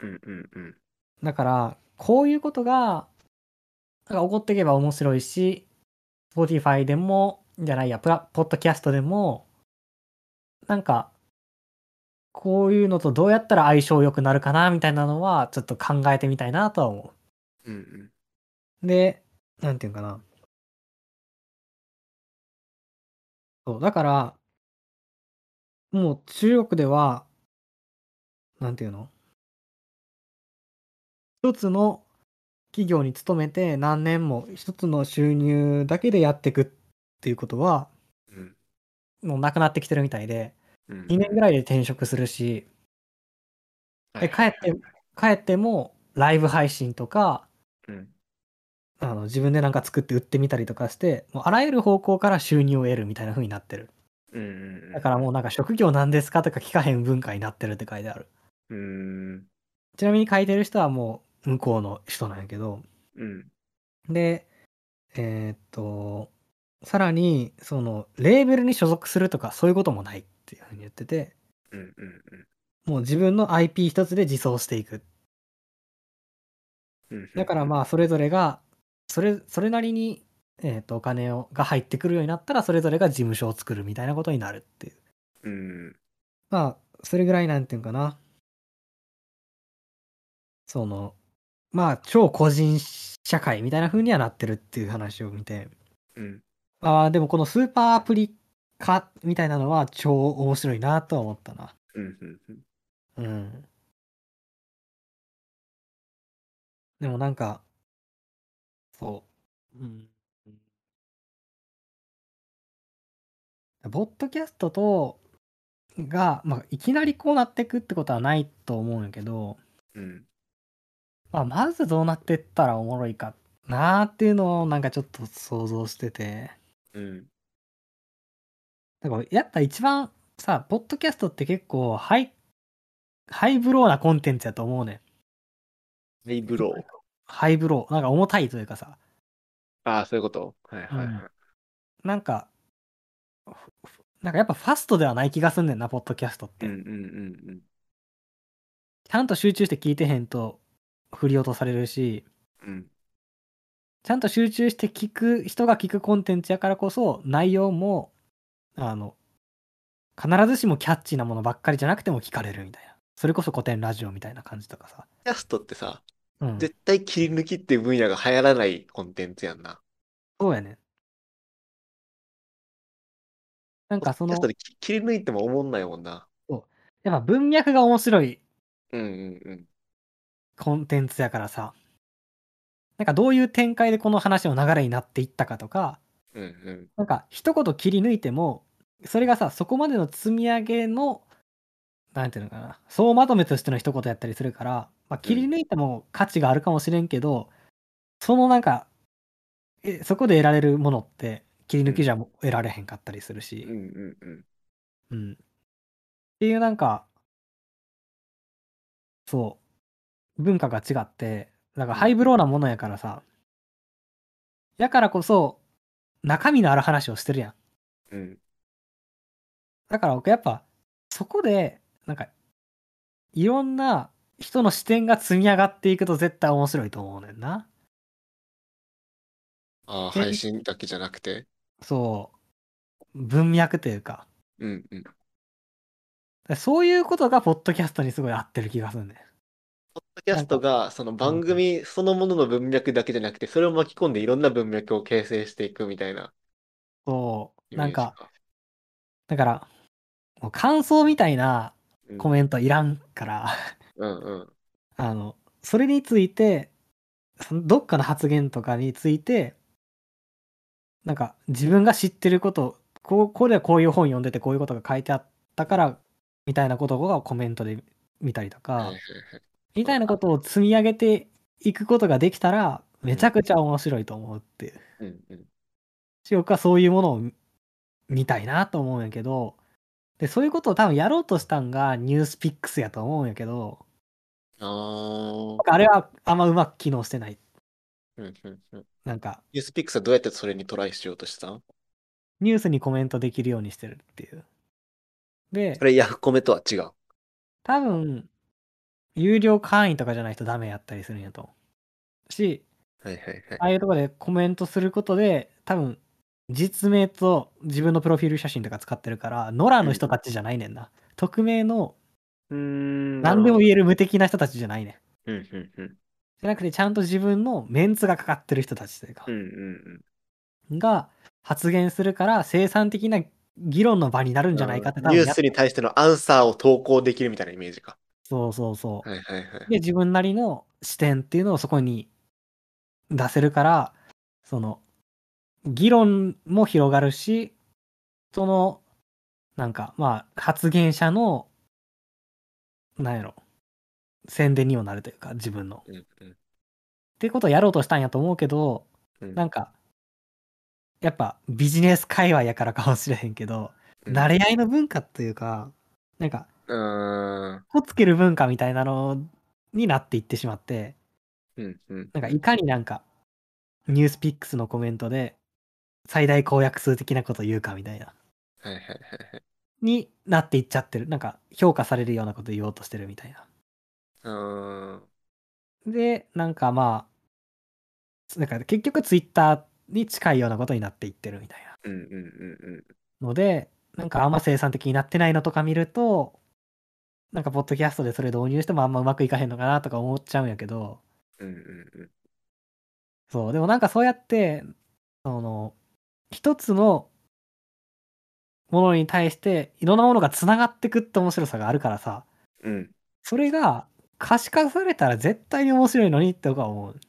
[SPEAKER 2] うんうんうん。
[SPEAKER 1] だから、こういうことが、なんか起こっていけば面白いし、Spotify でも、じゃないや、プラ、ポッドキャストでも、なんか、こういうのとどうやったら相性良くなるかな、みたいなのは、ちょっと考えてみたいなとは思う。
[SPEAKER 2] うんうん。
[SPEAKER 1] で、なんていうんかな。そう、だから、もう中国では、なんていうの一つの企業に勤めて何年も一つの収入だけでやっていくっていうことは、
[SPEAKER 2] うん
[SPEAKER 1] もうなくなってきてるみたいで、
[SPEAKER 2] うん
[SPEAKER 1] 2年ぐらいで転職するし、
[SPEAKER 2] は
[SPEAKER 1] で
[SPEAKER 2] い
[SPEAKER 1] 帰って、帰ってもライブ配信とか、
[SPEAKER 2] うん
[SPEAKER 1] あの自分でなんか作って売ってみたりとかしてもうあらゆる方向から収入を得るみたいな風になってる
[SPEAKER 2] うんうんうん
[SPEAKER 1] だからもうなんか職業なんですかとか聞かへん文化になってるって書いてある
[SPEAKER 2] うーん
[SPEAKER 1] ちなみに書いてる人はもう向こうの人なんやけど
[SPEAKER 2] うん
[SPEAKER 1] でえーっとさらにそのレーベルに所属するとかそういうこともないっていう風に言ってて
[SPEAKER 2] うんうんうん
[SPEAKER 1] もう自分の IP 一つで自走していく
[SPEAKER 2] うん
[SPEAKER 1] だからまあそれぞれがそれそれなりに、えーっとお金をが入ってくるようになったらそれぞれが事務所を作るみたいなことになるっていう
[SPEAKER 2] うん
[SPEAKER 1] まあ、それぐらいなんていうんかな。その、まあ、超個人社会みたいな風にはなってるっていう話を見て。
[SPEAKER 2] うん
[SPEAKER 1] ああ、でもこのスーパーアプリ化みたいなのは超面白いなとは思ったな。
[SPEAKER 2] うんうんうん
[SPEAKER 1] うん。でもなんか、そう。うん。ポッドキャストと、が、まあ、いきなりこうなってくってことはないと思うんやけど、
[SPEAKER 2] うん
[SPEAKER 1] まあ、まずどうなってったらおもろいかなーっていうのをなんかちょっと想像してて。
[SPEAKER 2] うん
[SPEAKER 1] だからやっぱ一番さ、ポッドキャストって結構ハイ、ハイブローなコンテンツやと思うねん。
[SPEAKER 2] ハイブロー
[SPEAKER 1] ハイブロー。なんか重たいというかさ、
[SPEAKER 2] ああそういうことはいはいはい
[SPEAKER 1] なんか、ふふなんかやっぱファストではない気がすんねんな、ポッドキャストっ
[SPEAKER 2] う
[SPEAKER 1] て。
[SPEAKER 2] んうんうん
[SPEAKER 1] ちゃんと集中して聞いてへんと振り落とされるし、
[SPEAKER 2] うんうん
[SPEAKER 1] ちゃんと集中して聞く、人が聞くコンテンツやからこそ、内容も、あの、必ずしもキャッチーなものばっかりじゃなくても聞かれるみたいな。それこそ古典ラジオみたいな感じとかさ。
[SPEAKER 2] キャストってさ
[SPEAKER 1] うん。
[SPEAKER 2] 絶対切り抜きっていう分野が流行らないコンテンツやんな
[SPEAKER 1] そうやねん。なんかその
[SPEAKER 2] キャス、トで切切り抜いても思んないもんな
[SPEAKER 1] やっぱ文脈が面白い
[SPEAKER 2] うんうんうん
[SPEAKER 1] コンテンツやからさなんかどういう展開でこの話の流れになっていったかとか
[SPEAKER 2] うんうん
[SPEAKER 1] なんか一言切り抜いてもそれがさそこまでの積み上げのなんていうのかな総まとめとしての一言やったりするから、まあ、切り抜いても価値があるかもしれんけど、そのなんかえそこで得られるものって切り抜きじゃも得られへんかったりするし。
[SPEAKER 2] うんうんうん
[SPEAKER 1] うん。っていうなんか、そう、文化が違って、なんかハイブローなものやからさ、やからこそ、中身のある話をしてるやん。
[SPEAKER 2] うん
[SPEAKER 1] だから僕やっぱ、そこで、なんか、いろんな人の視点が積み上がっていくと絶対面白いと思うねんな。
[SPEAKER 2] ああ
[SPEAKER 1] え
[SPEAKER 2] 配信だけじゃなくて
[SPEAKER 1] そう、文脈というか、
[SPEAKER 2] うんうん
[SPEAKER 1] そういうことがポッドキャストにすごい合ってる気がするねん。
[SPEAKER 2] ポッドキャストがその番組そのものの文脈だけじゃなくて、それを巻き込んでいろんな文脈を形成していくみたいな
[SPEAKER 1] そ
[SPEAKER 2] イ
[SPEAKER 1] う、
[SPEAKER 2] メー
[SPEAKER 1] なん
[SPEAKER 2] ジか
[SPEAKER 1] か、。だから、もう感想みたいな
[SPEAKER 2] うん
[SPEAKER 1] コメントいらんから、
[SPEAKER 2] うんうん。
[SPEAKER 1] あの、それについて、そのどっかの発言とかについて、なんか自分が知ってること、こう、これはこういう本読んでてこういうことが書いてあったから、みたいなことがコメントで見たりと
[SPEAKER 2] はいは
[SPEAKER 1] か
[SPEAKER 2] いはい、
[SPEAKER 1] みたいなことを積み上げていくことができたら、めちゃくちゃ面白いと思うっていう。
[SPEAKER 2] うんうん
[SPEAKER 1] し僕はそういうものを見たいなと思うんやけどで、そういうことを多分やろうとしたんがニュースピックスやと思うんやけど、
[SPEAKER 2] あー
[SPEAKER 1] あれはあんまうまく機能してない。
[SPEAKER 2] うんうんうん
[SPEAKER 1] なんか、
[SPEAKER 2] ニュースピックスはどうやってそれにトライしようとしたん
[SPEAKER 1] ニュースにコメントできるようにしてるっていう。で
[SPEAKER 2] そ、れヤフコメとは違う。
[SPEAKER 1] 多分、有料会員とかじゃないとダメやったりするんやと思う。し、
[SPEAKER 2] はいはいはい。
[SPEAKER 1] ああいうとこでコメントすることで、多分、実名と自分のプロフィール写真とか使ってるから、ノラの人たちじゃないねんな。匿名の
[SPEAKER 2] うーん
[SPEAKER 1] 何でも言える無敵な人たちじゃないねん。
[SPEAKER 2] うんうんうん。
[SPEAKER 1] じゃなくて、ちゃんと自分のメンツがかかってる人たちというか
[SPEAKER 2] う、んうん
[SPEAKER 1] が発言するから、生産的な議論の場になる
[SPEAKER 2] うんん。
[SPEAKER 1] じゃないかって多
[SPEAKER 2] ニ
[SPEAKER 1] 分
[SPEAKER 2] ュ
[SPEAKER 1] やっ
[SPEAKER 2] ースに対してのアンサーを投稿できるみたいなイメージか。
[SPEAKER 1] そうそうそう。
[SPEAKER 2] はいはいはい。
[SPEAKER 1] で、自分なりの視点っていうのをそこに出せるから、その、議論も広がるし、その、なんか、まあ、発言者の、なんやろ、宣伝にもなるというか、自分の。っ
[SPEAKER 2] うんうん
[SPEAKER 1] ていうことをやろうとしたんやと思うけど、
[SPEAKER 2] うん
[SPEAKER 1] なんか、やっぱビジネス界隈やからかもしれへんけど、
[SPEAKER 2] うん
[SPEAKER 1] 慣れ合いの文化っていうか、なんか、
[SPEAKER 2] うーん
[SPEAKER 1] こつける文化みたいなのになっていってしまって、
[SPEAKER 2] うんうん。
[SPEAKER 1] なんかいかになんか、ニュースピックスのコメントで、最大公約数的なこと言うかみたいな、
[SPEAKER 2] はいはいはいはい。
[SPEAKER 1] になっていっちゃってる。なんか、評価されるようなこと言おうとしてるみたいな。
[SPEAKER 2] うーん。
[SPEAKER 1] で、なんかまあ、なんか結局ツイッターに近いようなことになっていってるみたい
[SPEAKER 2] うんうんうんうん。
[SPEAKER 1] な。ので、なんかあんま生産的になってないのとか見ると、なんかポッドキャストでそれ導入してもあんまうまくいかへんのかなとか思っちゃうんやけど、
[SPEAKER 2] うんうんうん。
[SPEAKER 1] そう、でもなんかそうやって、その、一つのものに対していろんなものがつながってくって面白さがあるからさ、
[SPEAKER 2] うん
[SPEAKER 1] それが可視化されたら絶対に面白いのにって僕は思う。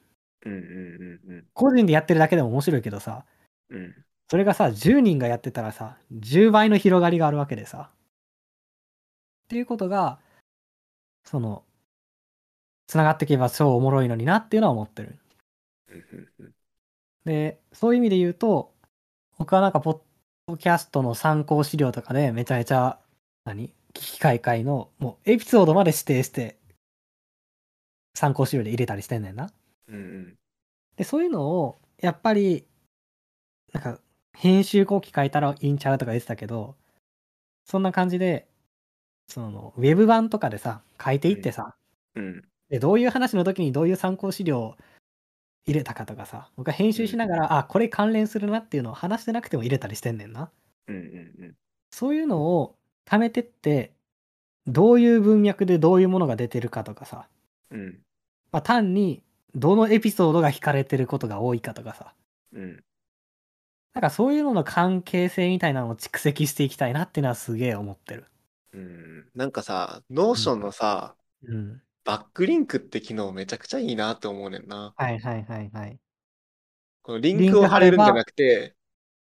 [SPEAKER 2] うんうんうんうん
[SPEAKER 1] 個人でやってるだけでも面白いけどさ、
[SPEAKER 2] うん。
[SPEAKER 1] それがさ、10人がやってたらさ、10倍の広がりがあるわけでさ。っていうことが、その、つながっていけば超おもろいのになっていうのは思ってる。
[SPEAKER 2] うんうん
[SPEAKER 1] で、そういう意味で言うと、僕はなんか、ポッドキャストの参考資料とかで、めちゃめちゃ、何危機開会の、もう、エピソードまで指定して、参考資料で入れたりしてんねんな。
[SPEAKER 2] うんうん
[SPEAKER 1] で、そういうのを、やっぱり、なんか、編集後期変えたらいいんちゃうとか言ってたけど、そんな感じで、その、ウェブ版とかでさ、変えていってさ、
[SPEAKER 2] うん
[SPEAKER 1] でどういう話の時にどういう参考資料を入れたかとかさ僕は編集しながら、あこれ関連するなっていうのを話してなくても入れたりしてんねんな
[SPEAKER 2] うんうん
[SPEAKER 1] そういうのを貯めてってどういう文脈でどういうものが出てるかとかさ、
[SPEAKER 2] うんうん
[SPEAKER 1] まあ、単にどのエピソードが惹かれてることが多いかとかさ
[SPEAKER 2] うん
[SPEAKER 1] なんかそういうのの関係性みたいなのを蓄積していきたいなっていうのはすげえ思ってる
[SPEAKER 2] うんなんかさ、ノーションのさ、
[SPEAKER 1] うん
[SPEAKER 2] バックリンクって機能めちゃくちゃいいなって思うねんな。
[SPEAKER 1] はいはいはいはい
[SPEAKER 2] このリンクを貼れるんじゃなくて、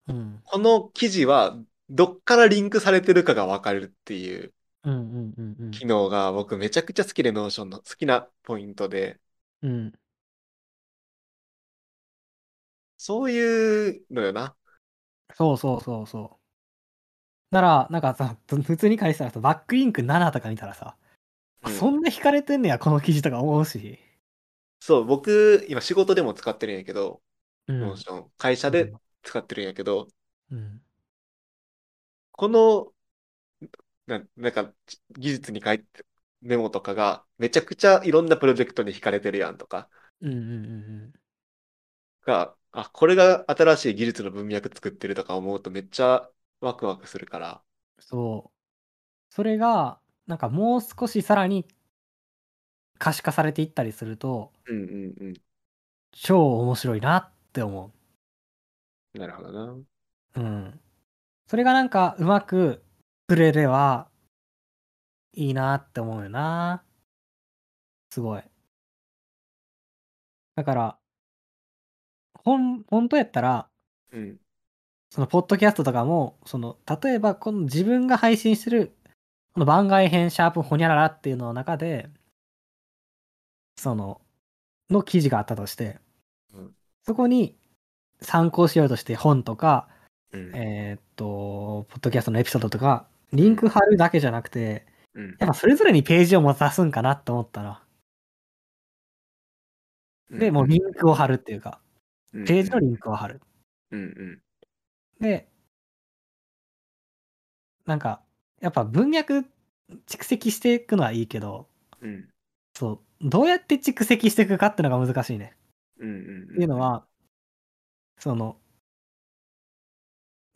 [SPEAKER 1] うん
[SPEAKER 2] この記事はどっからリンクされてるかが分かるっていう
[SPEAKER 1] うんうんうんうん
[SPEAKER 2] 機能が僕めちゃくちゃ好きで、ノーションの好きなポイントで、
[SPEAKER 1] うん
[SPEAKER 2] そういうのよな。
[SPEAKER 1] そうそうそうそう。なら、なんかさ、 と普通に返したらさ、バックインク7とか見たらさ、あ
[SPEAKER 2] うん
[SPEAKER 1] そんな惹かれてんねや、この記事とか思うし。
[SPEAKER 2] そう、僕、今仕事でも使ってるんやけど、
[SPEAKER 1] うん。
[SPEAKER 2] ノーション。会社で使ってるんやけど、
[SPEAKER 1] うん。
[SPEAKER 2] この、な、なんか、ち技術に書いて、メモとかが、めちゃくちゃいろんなプロジェクトに惹かれてるやんとか、
[SPEAKER 1] うんうんうん
[SPEAKER 2] が、あ、これが新しい技術の文脈作ってるとか思うとめっちゃワクワクするから。
[SPEAKER 1] そう。それが、なんかもう少しさらに可視化されていったりすると、
[SPEAKER 2] うんうんうん。
[SPEAKER 1] 超面白いなって思
[SPEAKER 2] なるほどな。
[SPEAKER 1] う。うん。それがなんかうまく触れればいいなって思うよな。すごい。だから、ほん、本当やったら、
[SPEAKER 2] うん。
[SPEAKER 1] その、ポッドキャストとかも、その、例えば、この自分が配信してる、この番外編、シャープほにゃららっていうのの中で、その、の記事があったとして
[SPEAKER 2] うん、
[SPEAKER 1] そこに参考資料として本とか、
[SPEAKER 2] うん。
[SPEAKER 1] えーっと、ポッドキャストのエピソードとかリンク貼るだけじゃなくて、
[SPEAKER 2] うん。
[SPEAKER 1] やっぱそれぞれにページを持たすんかなと思ったら、で、もうリンクを貼るっていうか、
[SPEAKER 2] うん、
[SPEAKER 1] ページのリンクを貼る。
[SPEAKER 2] うんうん。
[SPEAKER 1] で、なんか、やっぱ文脈蓄積していくのはいいけど、
[SPEAKER 2] うん。
[SPEAKER 1] そう、どうやって蓄積していくかっていうのが難しいね。
[SPEAKER 2] うんうん。
[SPEAKER 1] っていうの、は、その、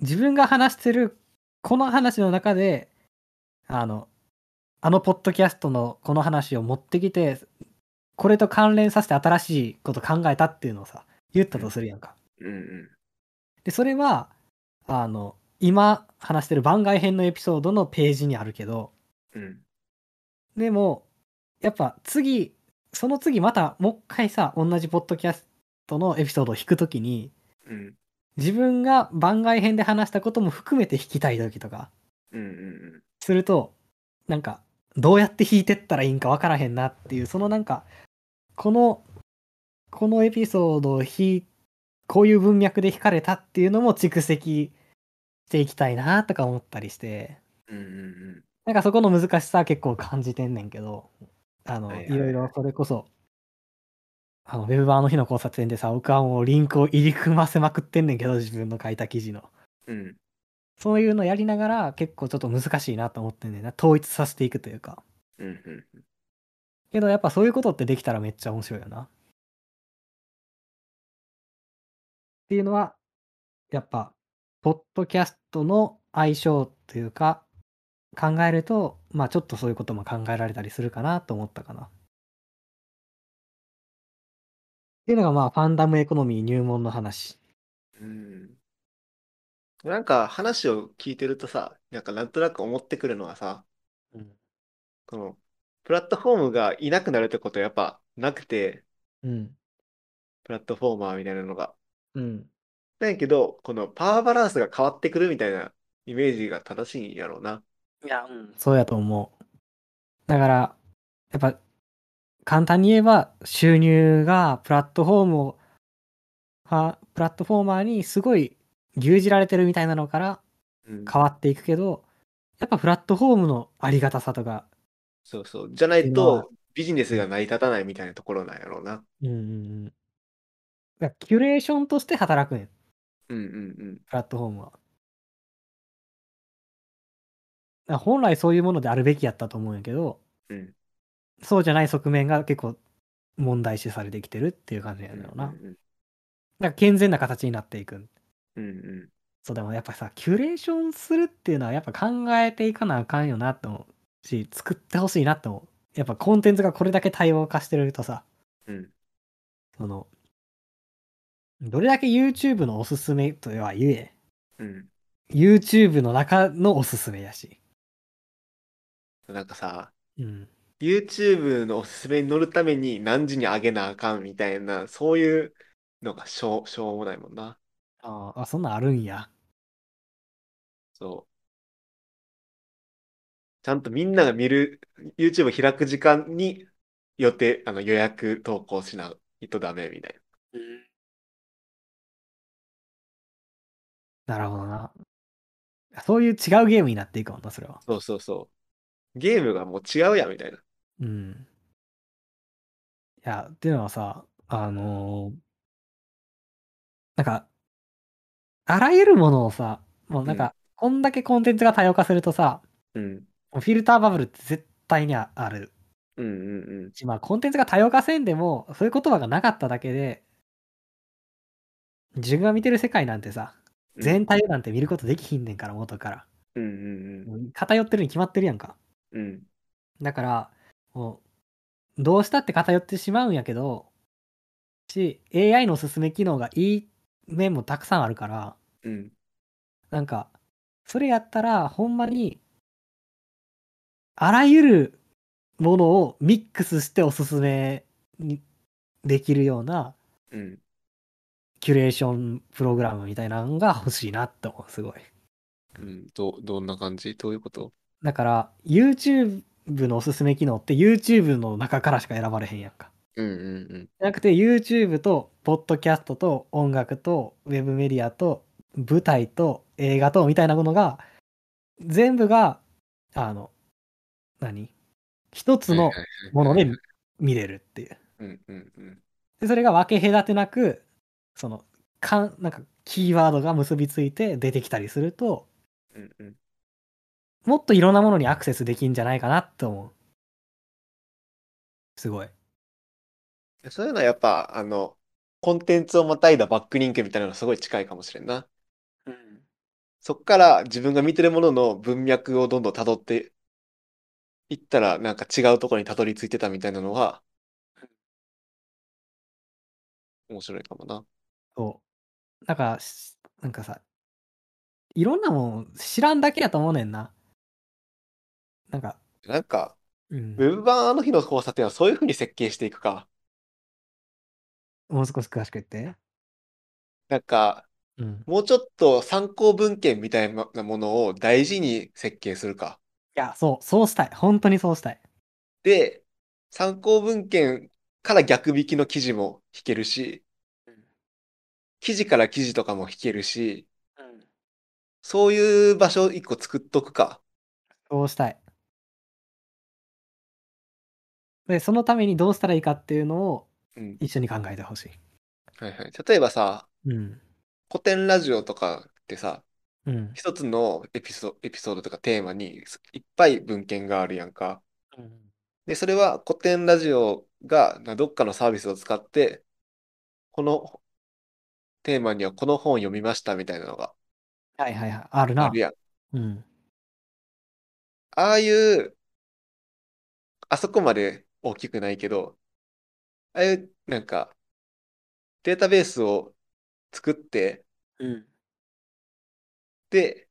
[SPEAKER 1] 自分が話してる、この話の中で、あの、あのポッドキャストのこの話を持ってきて、これと関連させて新しいこと考えたっていうのをさ、言ったとするやんか。
[SPEAKER 2] うんうん。
[SPEAKER 1] で、それは、あの、今話してる番外編のエピソードのページにあるけど、
[SPEAKER 2] うん。
[SPEAKER 1] でも、やっぱ次、その次またもう一回さ、同じポッドキャストのエピソードを引くときに、
[SPEAKER 2] うん。
[SPEAKER 1] 自分が番外編で話したことも含めて引きたい時とか、
[SPEAKER 2] うんうん
[SPEAKER 1] すると、なんか、どうやって引いてったらいいんかわからへんなっていう、そのなんか、この、このエピソードを引い、こういう文脈で引かれたっていうのも蓄積していきたいなとか思ったりして、
[SPEAKER 2] うん。うんうん
[SPEAKER 1] なんかそこの難しさは結構感じてんねんけど、あの、
[SPEAKER 2] はい
[SPEAKER 1] い
[SPEAKER 2] はい
[SPEAKER 1] ろいろそれこそ、あの、ウェブ版の日の交差点でさ、僕はもうリンクを入り組ませまくってんねんけど、自分の書いた記事の。
[SPEAKER 2] うん。うん。
[SPEAKER 1] そういうのやりながら結構ちょっと難しいなと思ってんねんな。統一させていくというか。
[SPEAKER 2] うんうん。
[SPEAKER 1] けどやっぱそういうことってできたらめっちゃ面白いよな。っていうのは、やっぱ、ポッドキャストの相性というか、考えると、まあちょっとそういうことも考えられたりするかなと思ったかな。っていうのがまあファンダムエコノミー入門の話。
[SPEAKER 2] うんなんか話を聞いてるとさ、なんかなんとなく思ってくるのはさ、
[SPEAKER 1] うん。
[SPEAKER 2] このプラットフォームがいなくなるってことはやっぱなくて、
[SPEAKER 1] うん。
[SPEAKER 2] プラットフォーマーみたいなのが。
[SPEAKER 1] うん。
[SPEAKER 2] なんやけど、このパワーバランスが変わってくるみたいなイメージが正しいんやろうな。
[SPEAKER 1] いや、うん。そうやと思う。だから、やっぱ、簡単に言えば、収入がプラットフォームを、は、プラットフォーマーにすごい牛耳られてるみたいなのから
[SPEAKER 2] うん
[SPEAKER 1] 変わっていくけど、やっぱプラットフォームのありがたさとか、
[SPEAKER 2] そうそう。じゃない
[SPEAKER 1] 今
[SPEAKER 2] とビジネスが成り立たないみたいなところなんやろうな。
[SPEAKER 1] うんうんうん。だからキュレーションとして働くねん、
[SPEAKER 2] うんうん
[SPEAKER 1] プラットフォームは。だから本来そういうものであるべきやったと思うんやけど、
[SPEAKER 2] うん。うん。
[SPEAKER 1] そうじゃない側面が結構問題視されてきてるっていう感じなんだろうな。
[SPEAKER 2] う
[SPEAKER 1] なん
[SPEAKER 2] んうん
[SPEAKER 1] か健全な形になっていく。
[SPEAKER 2] うんうん。
[SPEAKER 1] そうでもやっぱさ、キュレーションするっていうのはやっぱ考えていかなあかんよなと思うし、作ってほしいなと思う。やっぱコンテンツがこれだけ多様化してるとさ、
[SPEAKER 2] うん
[SPEAKER 1] その、どれだけ YouTube のおすすめとは言え、
[SPEAKER 2] うん。
[SPEAKER 1] YouTube の中のおすすめやし。
[SPEAKER 2] なんかさ、
[SPEAKER 1] うん。
[SPEAKER 2] YouTube のおすすめに乗るために何時に上げなあかんみたいな、そういうのがしょう、しょうもないもんな。
[SPEAKER 1] あーあ、そんなんあるんや。
[SPEAKER 2] そう。ちゃんとみんなが見る YouTube を開く時間に予定、あの予約投稿しないとダメみたいな。
[SPEAKER 1] なるほどな。そういう違うゲームになっていくもんな、それは。
[SPEAKER 2] そうそうそう。ゲームがもう違うやみたいな。
[SPEAKER 1] うん。いや、っていうのはさ、あのーなんか、あらゆるものをさ、もうなんか、
[SPEAKER 2] うん
[SPEAKER 1] こんだけコンテンツが多様化するとさ、
[SPEAKER 2] うん。
[SPEAKER 1] もうフィルターバブルって絶対にあある。
[SPEAKER 2] うんうんうん。
[SPEAKER 1] まあ、コンテンツが多様化せんでも、そういう言葉がなかっただけで、自分が見てる世界なんてさ、
[SPEAKER 2] うん
[SPEAKER 1] 全体なんて見ることできひんねんから、元から。
[SPEAKER 2] うんうん
[SPEAKER 1] もう偏ってるに決まってるやんか。
[SPEAKER 2] うん。うん。
[SPEAKER 1] だから、もう、どうしたって偏ってしまうんやけど、し、AI のおすすめ機能がいい面もたくさんあるから、
[SPEAKER 2] うん。
[SPEAKER 1] なんか、それやったら、ほんまに、あらゆるものをミックスしておすすめにできるような
[SPEAKER 2] うん。
[SPEAKER 1] キュレーションプログラムみたいなのが欲しいなって思う、すごい。
[SPEAKER 2] うん。ど、どんな感じどういうこと
[SPEAKER 1] だから、YouTube のおすすめ機能って YouTube の中からしか選ばれへんやんか。
[SPEAKER 2] うんうんうん。
[SPEAKER 1] じゃなくて YouTube と、ポッドキャストと、音楽と、ウェブメディアと、舞台と、映画と、みたいなものが、全部が、あの、何一つの
[SPEAKER 2] はいはいはい
[SPEAKER 1] もので見れるっていう。
[SPEAKER 2] うんうんうん。
[SPEAKER 1] でそれが分け隔てなくそのかんなんかキーワードが結びついて出てきたりすると
[SPEAKER 2] うんうん。
[SPEAKER 1] もっといろんなものにアクセスできんじゃないかなって思うすごい
[SPEAKER 2] そういうのはやっぱ、あの、コンテンツをまたいだバックリンクみたいなのがすごい近いかもしれんな。そっから自分が見てるものの文脈をどんどん辿っていったら、なんか違うところに辿り着いてたみたいなのは、面白いかもな。
[SPEAKER 1] そうだからしなんかさいろんなもん知らんだけやと思うねんななんか、
[SPEAKER 2] なんか、
[SPEAKER 1] うん
[SPEAKER 2] ウ、ェブ版あの日の交差点はそういうふうに設計していくか。
[SPEAKER 1] もう少し詳しく言って
[SPEAKER 2] なんか、
[SPEAKER 1] うん
[SPEAKER 2] もうちょっと参考文献みたいなものを大事に設計するか。
[SPEAKER 1] いやそうそうしたい本当にそうしたい
[SPEAKER 2] で、参考文献から逆引きの記事も引けるし
[SPEAKER 1] うん、
[SPEAKER 2] 記事から記事とかも引けるし、そういう場所を一個作っとくか。
[SPEAKER 1] そうしたい。で、そのためにどうしたらいいかっていうのを
[SPEAKER 2] うん。
[SPEAKER 1] 一緒に考えてほしい。
[SPEAKER 2] はいはい。例えばさ、
[SPEAKER 1] うん。
[SPEAKER 2] 古典ラジオとかってさ、
[SPEAKER 1] うん。
[SPEAKER 2] 一つのエピソ、エピソードとかテーマにいっぱい文献があるやんか。で、それは古典ラジオがなどっかのサービスを使って、このテーマにはこの本を読みましたみたいなのが
[SPEAKER 1] はいはいはい。ある
[SPEAKER 2] あ
[SPEAKER 1] な
[SPEAKER 2] る。やん。
[SPEAKER 1] うん。
[SPEAKER 2] ああいう、あそこまで大きくないけど、ああいうなんかデータベースを作って、
[SPEAKER 1] うん。
[SPEAKER 2] で、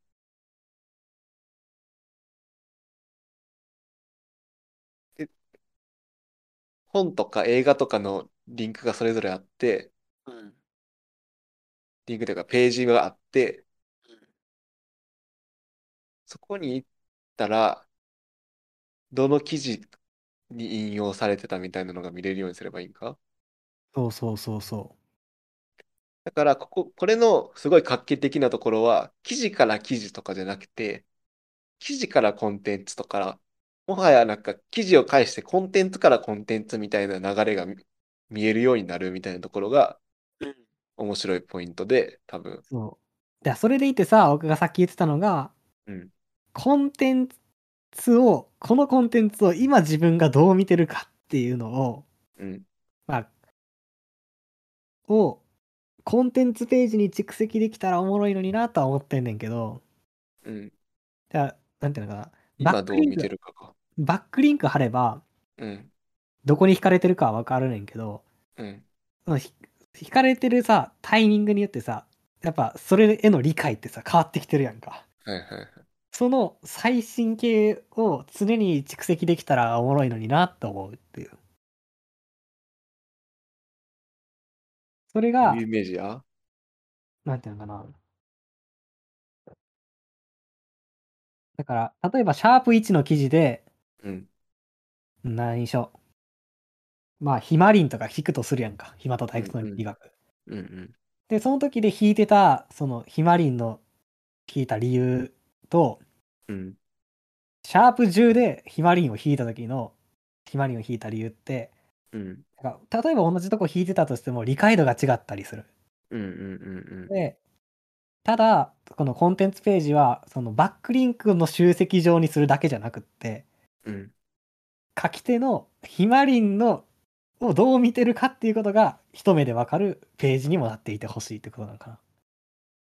[SPEAKER 2] で本とか映画とかのリンクがそれぞれあって、
[SPEAKER 1] うん。
[SPEAKER 2] リンクというかページがあって、そこに行ったら、どの記事に引用されてたみたいなのが見れるようにすればいいんか
[SPEAKER 1] そうそうそうそ
[SPEAKER 2] だから、ここ、これのすごい画期的なところは、記事から記事とかじゃなくて、記事からコンテンツとか、もはやなんか記事を介してコンテンツからコンテンツみたいな流れが見見えるようになるみたいなところが
[SPEAKER 1] う。
[SPEAKER 2] 面白いポイントで、多分。
[SPEAKER 1] そう。だからそれでいてさ、僕がさっき言ってたのが、
[SPEAKER 2] うん。
[SPEAKER 1] コンテンツを、このコンテンツを今自分がどう見てるかっていうのを、
[SPEAKER 2] うん。
[SPEAKER 1] まあ、を、コンテンツページに蓄積できたらおもろいのになとは思ってんねんけど、
[SPEAKER 2] うん。
[SPEAKER 1] だからなんていうのかな。バ
[SPEAKER 2] 今
[SPEAKER 1] ック
[SPEAKER 2] どう
[SPEAKER 1] リン
[SPEAKER 2] 見て
[SPEAKER 1] ク、
[SPEAKER 2] るかか。
[SPEAKER 1] バックリンク貼れば、
[SPEAKER 2] うん。
[SPEAKER 1] どこに引かれてるかはわかるねんけど、
[SPEAKER 2] うん。
[SPEAKER 1] そのひ引かれてるさ、タイミングによってさ、やっぱそれへの理解ってさ、変わってきてるやんか。
[SPEAKER 2] はいはいはい。
[SPEAKER 1] その最新系を常に蓄積できたらおもろいのになって思うっていう。それ
[SPEAKER 2] ど
[SPEAKER 1] が
[SPEAKER 2] ういうイ、メージや
[SPEAKER 1] なんていうのかな。だから、例えば、シャープ1の記事で、
[SPEAKER 2] うん。
[SPEAKER 1] 何しょ。まあ、ヒマリンとか引くとするやんか。暇と退屈の力学。
[SPEAKER 2] うんうん。
[SPEAKER 1] で、その時で引いてた、その、ヒマリンの引いた理由と、
[SPEAKER 2] うん。
[SPEAKER 1] シャープ10でヒマリンを引いた時の、ヒマリンを引いた理由って、
[SPEAKER 2] うん。
[SPEAKER 1] なんか例えば同じとこ引いてたとしても、理解度が違ったりする。
[SPEAKER 2] うんうんうんうん。
[SPEAKER 1] で、ただ、このコンテンツページは、そのバックリンクの集積上にするだけじゃなくって、
[SPEAKER 2] うん。
[SPEAKER 1] 書き手のひまりんのをどう見てるかっていうことが一目でわかるページにもなっていてほしいってことなのか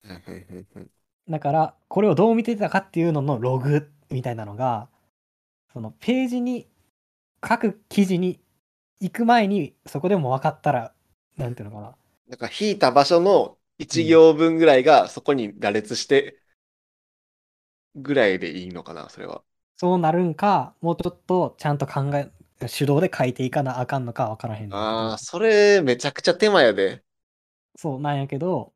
[SPEAKER 1] な。
[SPEAKER 2] はいはいはいはい。
[SPEAKER 1] だから、これをどう見てたかっていうののログみたいなのが、そのページに、各記事に行く前に、そこでも分かったら、なんていうのかな。
[SPEAKER 2] なんか引いた場所の1行分ぐらいがそこに羅列してぐらいでいいのかな、それは。
[SPEAKER 1] そうなるんか、もうちょっとちゃんと考え、手動で書いていかなあかんのか分からへんねんけど
[SPEAKER 2] ああ、それめちゃくちゃ手間やで。
[SPEAKER 1] そうなんやけど、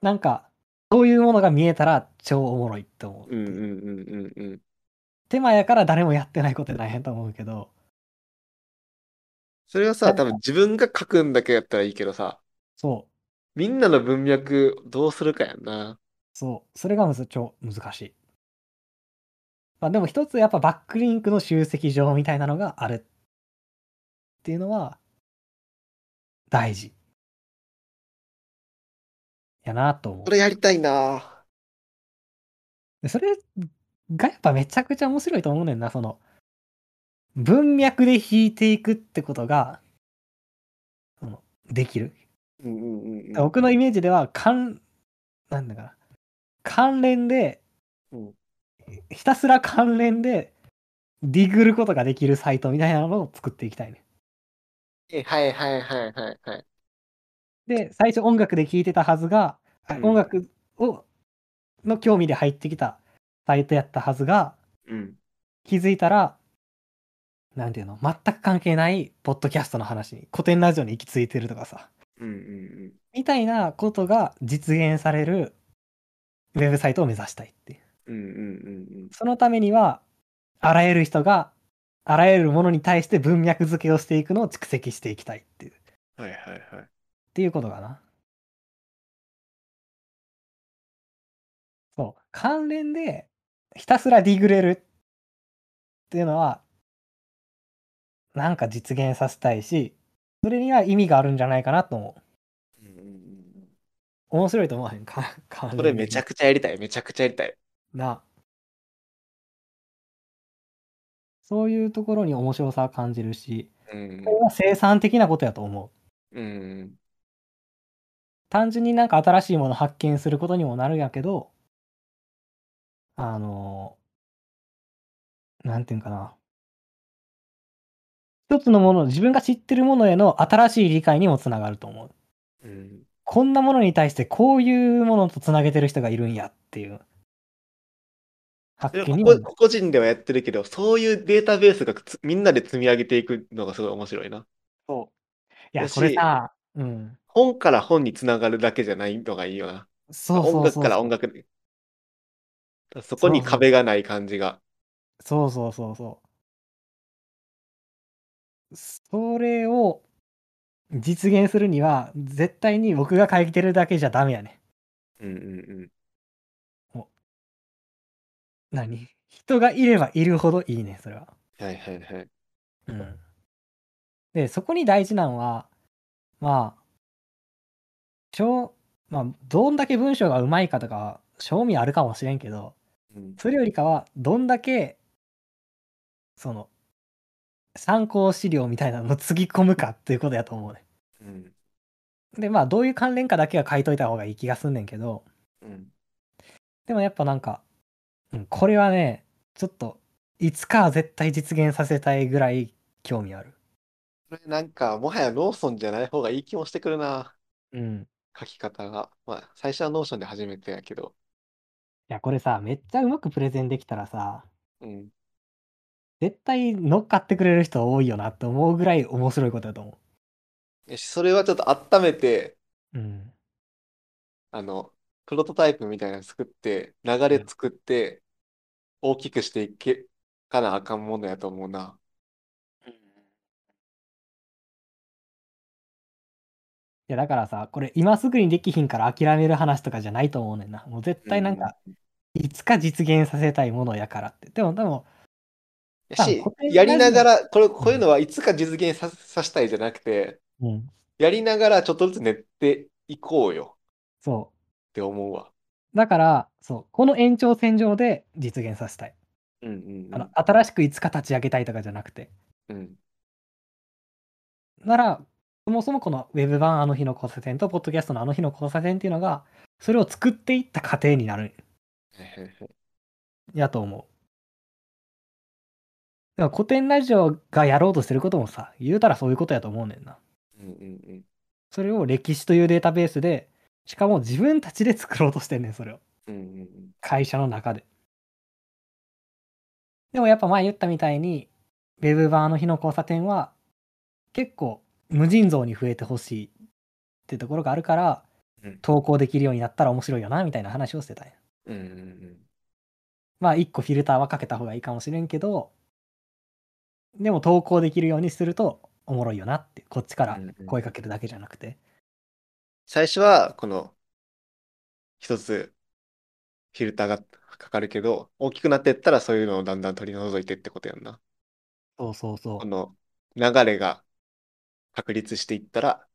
[SPEAKER 1] なんか、そういうものが見えたら超おもろいって思うって
[SPEAKER 2] う
[SPEAKER 1] い
[SPEAKER 2] ん
[SPEAKER 1] う。
[SPEAKER 2] うんうんうんうん。
[SPEAKER 1] 手間やから誰もやってないこと大変と思うけど、
[SPEAKER 2] それは
[SPEAKER 1] な
[SPEAKER 2] さ、
[SPEAKER 1] んか
[SPEAKER 2] 多分自分が書くんだけやったらいいけどさ、
[SPEAKER 1] そう、
[SPEAKER 2] みんなの文脈どうするかやんな。
[SPEAKER 1] そう、それがむず超難しい。まあ、でも一つやっぱバックリンクの集積上みたいなのがあるっていうのは大事やなと思う
[SPEAKER 2] それやりたいな
[SPEAKER 1] でそれがやっぱめちゃくちゃ面白いと思うねんな、その、文脈で弾いていくってことが、そのできる。
[SPEAKER 2] うんうんうんうん。
[SPEAKER 1] 僕のイメージでは、関、なんだかな、関連で
[SPEAKER 2] うん、
[SPEAKER 1] ひたすら関連で、ディグることができるサイトみたいなのを作っていきたいね。
[SPEAKER 2] はいはいはいはいはい。
[SPEAKER 1] で、最初音楽で聴いてたはずが、あ
[SPEAKER 2] うん
[SPEAKER 1] 音楽を、の興味で入ってきたサイトやったはずが、
[SPEAKER 2] うん。
[SPEAKER 1] 気づいたら、なんていうの、全く関係ないポッドキャストの話に、古典ラジオに行き着いてるとかさ、
[SPEAKER 2] うんうん
[SPEAKER 1] みたいなことが実現されるウェブサイトを目指したいっていう。
[SPEAKER 2] うん。うんうんうんうん。
[SPEAKER 1] そのためには、あらゆる人が、あらゆるものに対して文脈付けをしていくのを蓄積していきたいっていう、っ
[SPEAKER 2] はいはいはい。
[SPEAKER 1] ていうことかな。そう。関連で、ひたすらディグれるっていうのは、なんか実現させたいし、それには意味があるんじゃないかなと思う。
[SPEAKER 2] うんうんうん
[SPEAKER 1] 面白いと思わへん か。関
[SPEAKER 2] うん。それめちゃくちゃやりたい。めちゃくちゃやりたい。
[SPEAKER 1] な。そういうところに面白さを感じるし、
[SPEAKER 2] うん
[SPEAKER 1] これは生産的なことやと思う。
[SPEAKER 2] うんうん。
[SPEAKER 1] 単純になんか新しいもの発見することにもなるんやけど、あの、なんていうんかな。一つのもの、自分が知ってるものへの新しい理解にもつながると思う。
[SPEAKER 2] うん。
[SPEAKER 1] こんなものに対してこういうものとつなげてる人がいるんやっていう
[SPEAKER 2] そ
[SPEAKER 1] 発
[SPEAKER 2] れは
[SPEAKER 1] 見にも
[SPEAKER 2] 個々個人ではやってるけど、そういうデータベースがつみんなで積み上げていくのがすごい面白いな。
[SPEAKER 1] そう。いや、
[SPEAKER 2] だし
[SPEAKER 1] これさ、うん。
[SPEAKER 2] 本から本につながるだけじゃないのがいいよな。
[SPEAKER 1] そうそうそう。
[SPEAKER 2] 音楽から音楽に。だからそこに壁がない感じが。
[SPEAKER 1] そうそうそうそう。それを実現するには、絶対に僕が書いてるだけじゃダメやね。
[SPEAKER 2] うんうん
[SPEAKER 1] 何人がいればいるほどいいね、それは。
[SPEAKER 2] うん。はいはいはい。
[SPEAKER 1] うん。で、そこに大事なのは、まあ、超、まあ、どんだけ文章がうまいかとかは、賞味あるかもしれんけど、
[SPEAKER 2] うん
[SPEAKER 1] それよりかはどんだけその参考資料みたいなのをつぎ込むかっていうことやと思うね。
[SPEAKER 2] うん
[SPEAKER 1] でまあどういう関連かだけは書いといた方がいい気がすんねんけど
[SPEAKER 2] うん。
[SPEAKER 1] でもやっぱなんか、うん、これはねちょっといつかは絶対実現させたいぐらい興味ある。
[SPEAKER 2] これなんか、もはやノーソンじゃない方がいい気もしてくるな。
[SPEAKER 1] うん。
[SPEAKER 2] 書き方が。まあ、最初はノーションで初めてやけど。
[SPEAKER 1] いやこれさめっちゃうまくプレゼンできたらさ
[SPEAKER 2] うん。
[SPEAKER 1] 絶対乗っかってくれる人多いよなって思うぐらい面白いことだと思
[SPEAKER 2] よし、それはちょっと温めて、
[SPEAKER 1] う。うん。
[SPEAKER 2] あの、プロトタイプみたいなの作って、流れ作って、大きくしていけかなあかんものやと思うな。
[SPEAKER 1] いやだからさこれ今すぐにできひんから諦める話とかじゃないと思うねんなもう絶対なんかいつか実現させたいものやからってでもでも
[SPEAKER 2] や
[SPEAKER 1] まあ
[SPEAKER 2] し
[SPEAKER 1] 固、定
[SPEAKER 2] やりながら、これ、こういううんのはいつか実現さ、さしたいじゃなくて、
[SPEAKER 1] うん
[SPEAKER 2] やりながらちょっとずつ練っていこうよ
[SPEAKER 1] そ
[SPEAKER 2] って思うわ。
[SPEAKER 1] うだからそうこの延長線上で実現させたい
[SPEAKER 2] うんうん
[SPEAKER 1] あの新しくいつか立ち上げたいとかじゃなくて
[SPEAKER 2] うん。うん。
[SPEAKER 1] ならそもそもこのウェブ版あの日の交差点とポッドキャストのあの日の交差点っていうのがそれを作っていった過程になる
[SPEAKER 2] はいはいはい
[SPEAKER 1] やと思う。だから古典ラジオがやろうとしてることもさ、言うたらそういうことやと思うねんな。
[SPEAKER 2] うんうんうん。
[SPEAKER 1] それを歴史というデータベースで、しかも自分たちで作ろうとしてんねん、それを。
[SPEAKER 2] うんうんうん。
[SPEAKER 1] 会社の中で。でもやっぱ前言ったみたいに、ウェブ版あの日の交差点は、結構無尽蔵に増えてほしいってところがあるから
[SPEAKER 2] うん、
[SPEAKER 1] 投稿できるようになったら面白いよな、みたいな話をしてたんや。
[SPEAKER 2] うんうんうん。
[SPEAKER 1] まあ一個フィルターはかけた方がいいかもしれんけど、でも投稿できるようにするとおもろいよなって、こっちから
[SPEAKER 2] うんうん
[SPEAKER 1] 声かけるだけじゃなくて。
[SPEAKER 2] 最初は、この、一つ、フィルターがかかるけど、大きくなってったらそういうのをだんだん取り除いてってことやんな。
[SPEAKER 1] そうそうそ
[SPEAKER 2] こ
[SPEAKER 1] う。
[SPEAKER 2] の流れが確立していったら、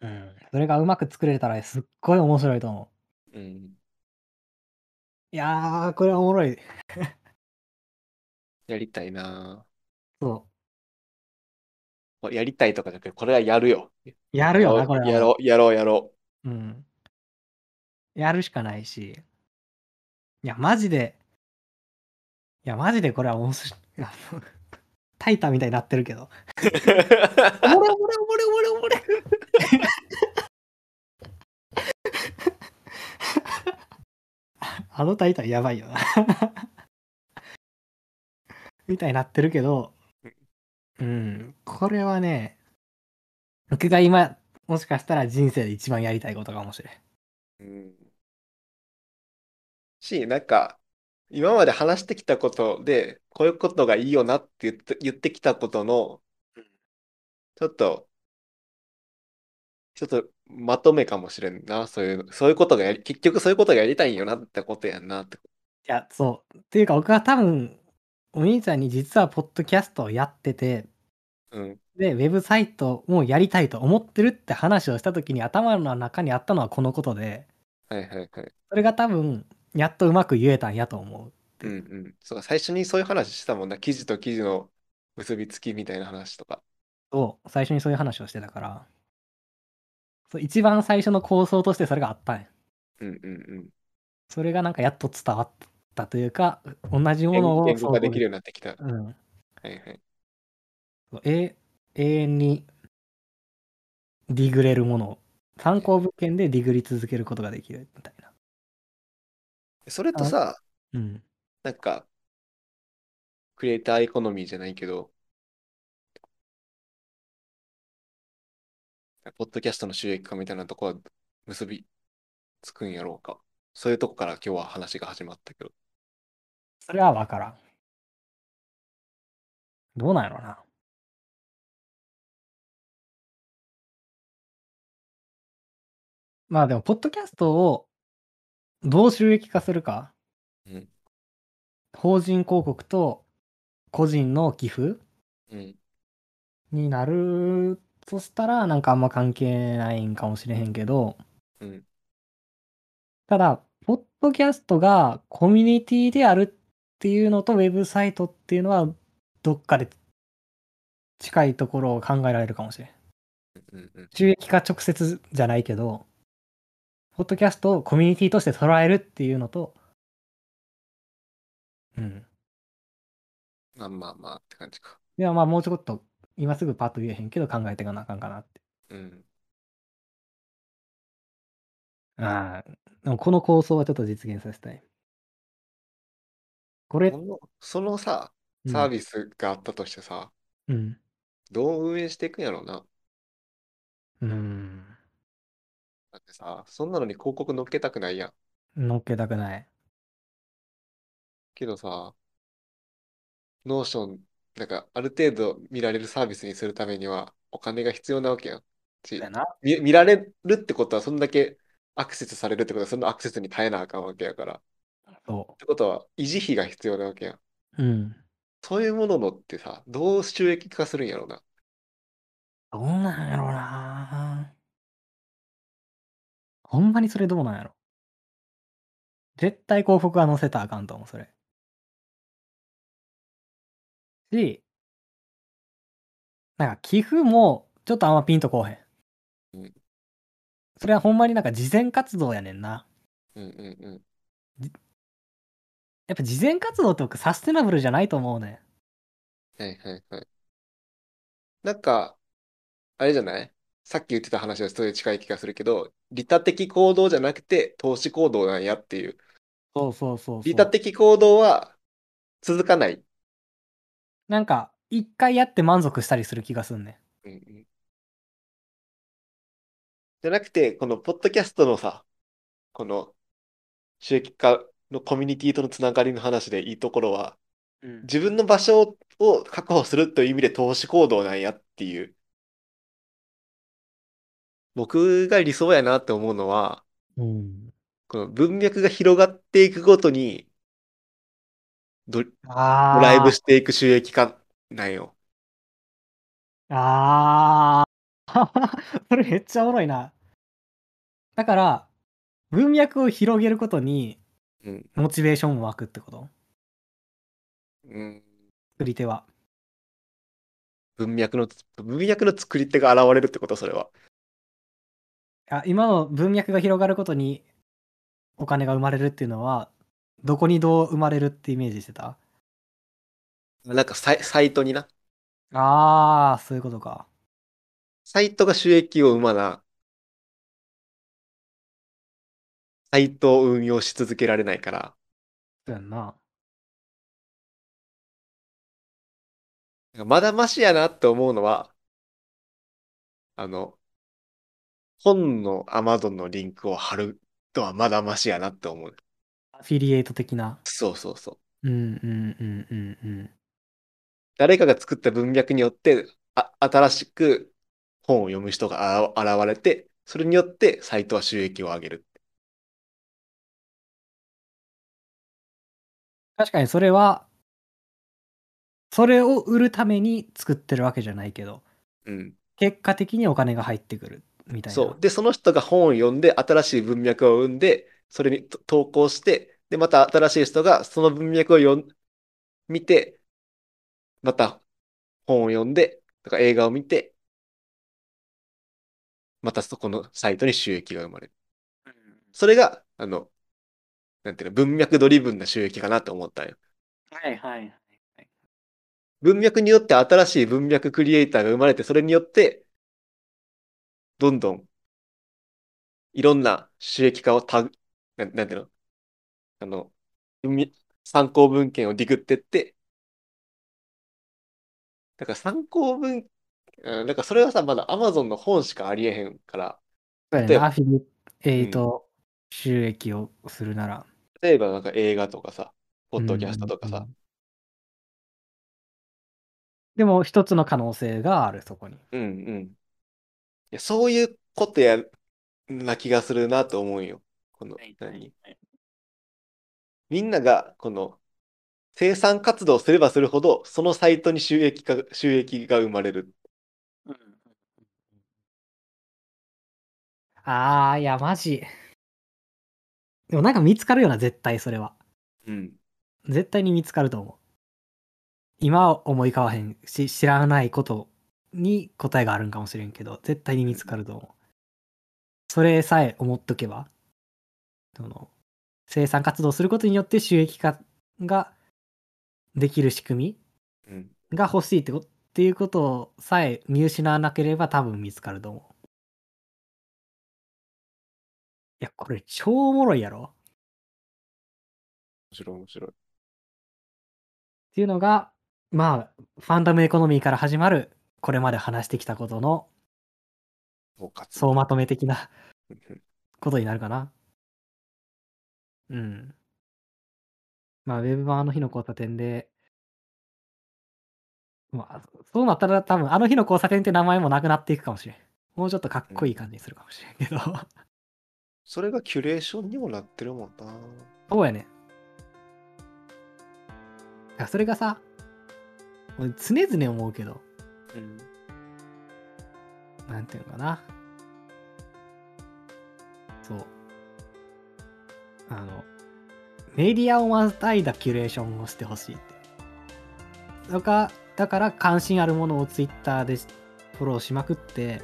[SPEAKER 1] うん。それがうまく作れたらすっごい面白いと思
[SPEAKER 2] うん、
[SPEAKER 1] う。いやー、これはおもろい。
[SPEAKER 2] やりたいな
[SPEAKER 1] そ
[SPEAKER 2] ぁやりたいとかじゃなくて、これはやるよ。
[SPEAKER 1] う。やるよな、これは。
[SPEAKER 2] やろう、やろう、やろ
[SPEAKER 1] うん。やるしかないし。いや、マジで。いや、マジでこれは面白い。あの タイタンみたいになってるけど。
[SPEAKER 2] う。
[SPEAKER 1] おもれおもれおもれおもれおもれ。あのタイタンやばいよな。みたいになってるけど、うん、これはね、僕が今、もしかしたら人生で一番やりたいことかもしれん。
[SPEAKER 2] うんし、なんか、今まで話してきたことで、こういうことがいいよなって言って、言ってきたことの、ちょっと、ちょっとまとめかもしれんな。そういう、そういうことがやり、結局そういうことがやりたいんよなってことやんなって。
[SPEAKER 1] いや、そう。っていうか、僕は多分、お兄ちゃんに実はポッドキャストをやってて、
[SPEAKER 2] うん。
[SPEAKER 1] で、ウェブサイトもやりたいと思ってるって話をした時に頭の中にあったのはこのことで、
[SPEAKER 2] はいはいはい。
[SPEAKER 1] それが多分、やっとうまく言えたんやと思う。
[SPEAKER 2] うんうん。そうか、最初にそういう話したもんな。記事と記事の結びつきみたいな話とか。
[SPEAKER 1] そう、最初にそういう話をしてたから。そう一番最初の構想としてそれがあったんや。
[SPEAKER 2] うんうん
[SPEAKER 1] それがなんかやっと伝わったというか、同じ
[SPEAKER 2] うん。
[SPEAKER 1] ものを
[SPEAKER 2] 言語化で
[SPEAKER 1] そ
[SPEAKER 2] きる
[SPEAKER 1] う
[SPEAKER 2] ようになってきた。は
[SPEAKER 1] うん、
[SPEAKER 2] いはい。
[SPEAKER 1] そうえ永遠にディグれるものを参考物件でディグり続けることができるみたいな。
[SPEAKER 2] それとさ、
[SPEAKER 1] うん。
[SPEAKER 2] なんか、クリエイターエコノミーじゃないけど、ポッドキャストの収益化みたいなとこは結びつくんやろうか。そういうとこから今日は話が始まったけど。
[SPEAKER 1] それはわからん。どうなんやろな。まあでも、ポッドキャストをどう収益化するか、
[SPEAKER 2] うん。
[SPEAKER 1] 法人広告と個人の寄付
[SPEAKER 2] うん。
[SPEAKER 1] になるとしたら、なんかあんま関係ないんかもしれへんけど、
[SPEAKER 2] うん。
[SPEAKER 1] ただ、ポッドキャストがコミュニティであるっていうのと、ウェブサイトっていうのは、どっかで近いところを考えられるかもしれん。
[SPEAKER 2] うん。うん。
[SPEAKER 1] 収益化直接じゃないけど、ポッドキャストをコミュニティとして捉えるっていうのと、うん。
[SPEAKER 2] まあまあまあって感じか。
[SPEAKER 1] ではまあもうちょこっと、今すぐパッと言えへんけど考えていかなあかんかなって。
[SPEAKER 2] うん。
[SPEAKER 1] ああ、でもこの構想はちょっと実現させたい。これ、
[SPEAKER 2] この、そのさ、
[SPEAKER 1] うん
[SPEAKER 2] サービスがあったとしてさ、
[SPEAKER 1] うん。
[SPEAKER 2] どう運営していくんやろうな。
[SPEAKER 1] うん。
[SPEAKER 2] だってさ、そんなのに広告乗っけたくないやん。
[SPEAKER 1] 乗っけたくない。
[SPEAKER 2] けどさ、ノーション、なんか、ある程度見られるサービスにするためには、お金が必要なわけやん。し
[SPEAKER 1] だな。
[SPEAKER 2] 見、見られるってことは、そんだけアクセスされるってことは、そのアクセスに耐えなあかんわけやから。っ
[SPEAKER 1] そ
[SPEAKER 2] てことは、維持費が必要なわけやん。
[SPEAKER 1] う。うん。
[SPEAKER 2] そういうもののってさ、どう収益化するんやろうな。
[SPEAKER 1] どうなんやろうなほんまにそれどうなんやろ絶対広告は載せたらあかんと思う、それ。し、なんか寄付もちょっとあんまピンとこうへ
[SPEAKER 2] うんん。
[SPEAKER 1] それはほんまになんか慈善活動やねんな。
[SPEAKER 2] うんうんうん。
[SPEAKER 1] やっぱ慈善活動って僕サステナブルじゃないと思うね
[SPEAKER 2] はいはいはい。なんか、あれじゃないさっき言ってた話はそれに近い気がするけど、利他的行動じゃなくて、投資行動なんやっていう。
[SPEAKER 1] ん。そうそうそう
[SPEAKER 2] 利他的行動は続かない。
[SPEAKER 1] なんか、一回やって満足したりする気がすんねん。
[SPEAKER 2] うんうんじゃなくて、このポッドキャストのさ、この収益化のコミュニティとのつながりの話でいいところは、
[SPEAKER 1] うん
[SPEAKER 2] 自分の場所を確保するという意味で投資行動なんやっていう。僕が理想やなって思うのは、
[SPEAKER 1] うん。
[SPEAKER 2] この文脈が広がっていくごとに、ドド
[SPEAKER 1] あ
[SPEAKER 2] ライブ
[SPEAKER 1] し
[SPEAKER 2] していく収益化なんよ。
[SPEAKER 1] ああ。 それめっちゃおもろいな。だから、文脈を広げることに、
[SPEAKER 2] うん
[SPEAKER 1] モチベーションも湧くってこと
[SPEAKER 2] うん、
[SPEAKER 1] 作り手は。
[SPEAKER 2] 文脈の、文脈の作り手が現れるってこと、それは。
[SPEAKER 1] あ今の文脈が広がることにお金が生まれるっていうのはどこにどう生まれるってイメージしてた
[SPEAKER 2] なんかサイサイトにな。
[SPEAKER 1] ああそういうことか
[SPEAKER 2] サイトが収益を生まな、サイトを運用し続けられないから、
[SPEAKER 1] そうやんな
[SPEAKER 2] なんかまだマシやなって思うのは、あの、本の Amazon のリンクを貼るとはまだマシやなって思う。
[SPEAKER 1] アフィリエイト的な
[SPEAKER 2] そうそうそう。
[SPEAKER 1] うんうんうんうんうん
[SPEAKER 2] 誰かが作った文脈によって、あ、新しく本を読む人があら現れて、それによってサイトは収益を上げる。
[SPEAKER 1] 確かにそれはそれを売るために作ってるわけじゃないけど
[SPEAKER 2] うん。
[SPEAKER 1] 結果的にお金が入ってくるみたいな
[SPEAKER 2] そう。で、その人が本を読んで、新しい文脈を生んで、それにと投稿して、で、また新しい人がその文脈を読ん、見て、また本を読んで、とか映画を見て、またそこのサイトに収益が生まれる。それが、あの、なんていうの、文脈ドリブンな収益かなと思ったんよ。
[SPEAKER 1] はいはい
[SPEAKER 2] 文脈によって新しい文脈クリエイターが生まれて、それによって、どんどん、いろんな収益化をた、ななんていうのあの、文脈参考文献をディグってって、だから参考文、うん、だからそれはさ、まだ Amazon の本しかありえへんから、
[SPEAKER 1] そうや
[SPEAKER 2] 例え
[SPEAKER 1] ね
[SPEAKER 2] ば
[SPEAKER 1] アフィリエイト収益をするなら、
[SPEAKER 2] 例えばなんか映画とかさ、ポッドキャストとか
[SPEAKER 1] うんう
[SPEAKER 2] さ
[SPEAKER 1] んう、んでも一つの可能性があるそこに
[SPEAKER 2] うんうん。いや、そういうことやな気がするなと思うよ。この、何みんなが、この、生産活動をすればするほど、そのサイトに収益が、収益が生まれる。
[SPEAKER 1] ああいやマジでもなんか見つかるよな絶対それは
[SPEAKER 2] うん。
[SPEAKER 1] 絶対に見つかると思う今は思い浮かばへんし知らないことに答えがあるんかもしれんけど絶対に見つかると思うそれさえ思っとけばその生産活動をすることによって収益化ができる仕組み
[SPEAKER 2] うん。
[SPEAKER 1] が欲しいってことっていうことをさえ見失わなければ多分見つかると思う。いや、これ超おもろいやろっ
[SPEAKER 2] 面白い面白い。
[SPEAKER 1] ていうのが、まあ、ファンダムエコノミーから始まる、これまで話してきたことの
[SPEAKER 2] 総括。
[SPEAKER 1] 総まとめ的な
[SPEAKER 2] うん
[SPEAKER 1] ことになるかな。うん。まあ、ウェブ版あの日の交差点で、まあ、そうなったら多分、あの日の交差点って名前もなくなっていくかもしれん。もうちょっとかっこいい感じにするかもしれんけど。
[SPEAKER 2] それがキュレーションにもなってるもんな。
[SPEAKER 1] そうやね。いやそれがさ、俺常々思うけど、
[SPEAKER 2] うん。
[SPEAKER 1] なんていうのかな。そう。あの、メディアをまたいだキュレーションをしてほしいって。だから、だから関心あるものをツイッターでフォローしまくって、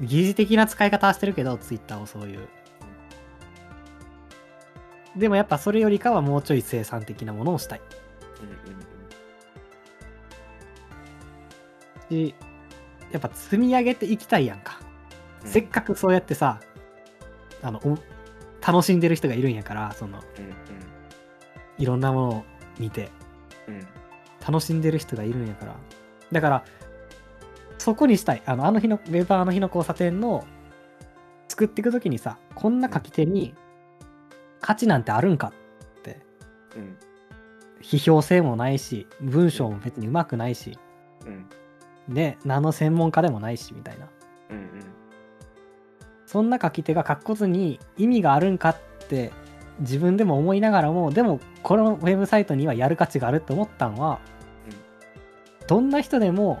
[SPEAKER 1] 疑似的な使い方はしてるけど、ツイッターをそういう。でもやっぱそれよりかはもうちょい生産的なものをしたい。
[SPEAKER 2] うんうん
[SPEAKER 1] しやっぱ積み上げていきたいやんか、
[SPEAKER 2] うん。
[SPEAKER 1] せっかくそうやってさあのお楽しんでる人がいるんやからその
[SPEAKER 2] うん
[SPEAKER 1] いろんなものを見て
[SPEAKER 2] うんうん。
[SPEAKER 1] 楽しんでる人がいるんやからだからそこにしたいあのあの日のウェブあの日の交差点の作っていく時にさこんな書き手に価値なんてあるんかって
[SPEAKER 2] うん
[SPEAKER 1] 批評性もないし文章も別にうまくないし
[SPEAKER 2] うん
[SPEAKER 1] で何の専門家でもないしみたいな
[SPEAKER 2] うんうん。
[SPEAKER 1] その中き手が確固に意味があるんかって自分でも思いながらもでもこのウェブサイトにはやる価値があるって思ったのは、どんな人でも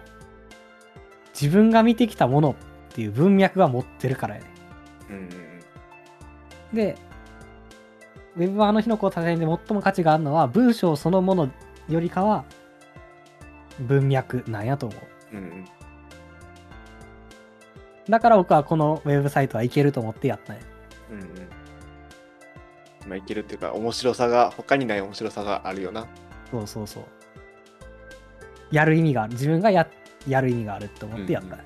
[SPEAKER 1] 自分が見てきたものっていう文脈が持ってるからやね
[SPEAKER 2] うんうんうん
[SPEAKER 1] で、ウェブ版の日の子を叩いて最も価値があるのは文章そのものよりかは文脈なんやと思う。
[SPEAKER 2] うんうん
[SPEAKER 1] だから僕はこのウェブサイトはいけると思ってやったんや。
[SPEAKER 2] うんうんまあいけるっていうか面白さが他にない面白さがあるよな
[SPEAKER 1] そうそうそう。やる意味がある。自分がややる意味があるって思ってやったんや。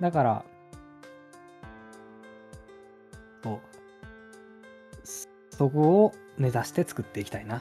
[SPEAKER 1] だから、そう。そこを目指して作っていきたいな。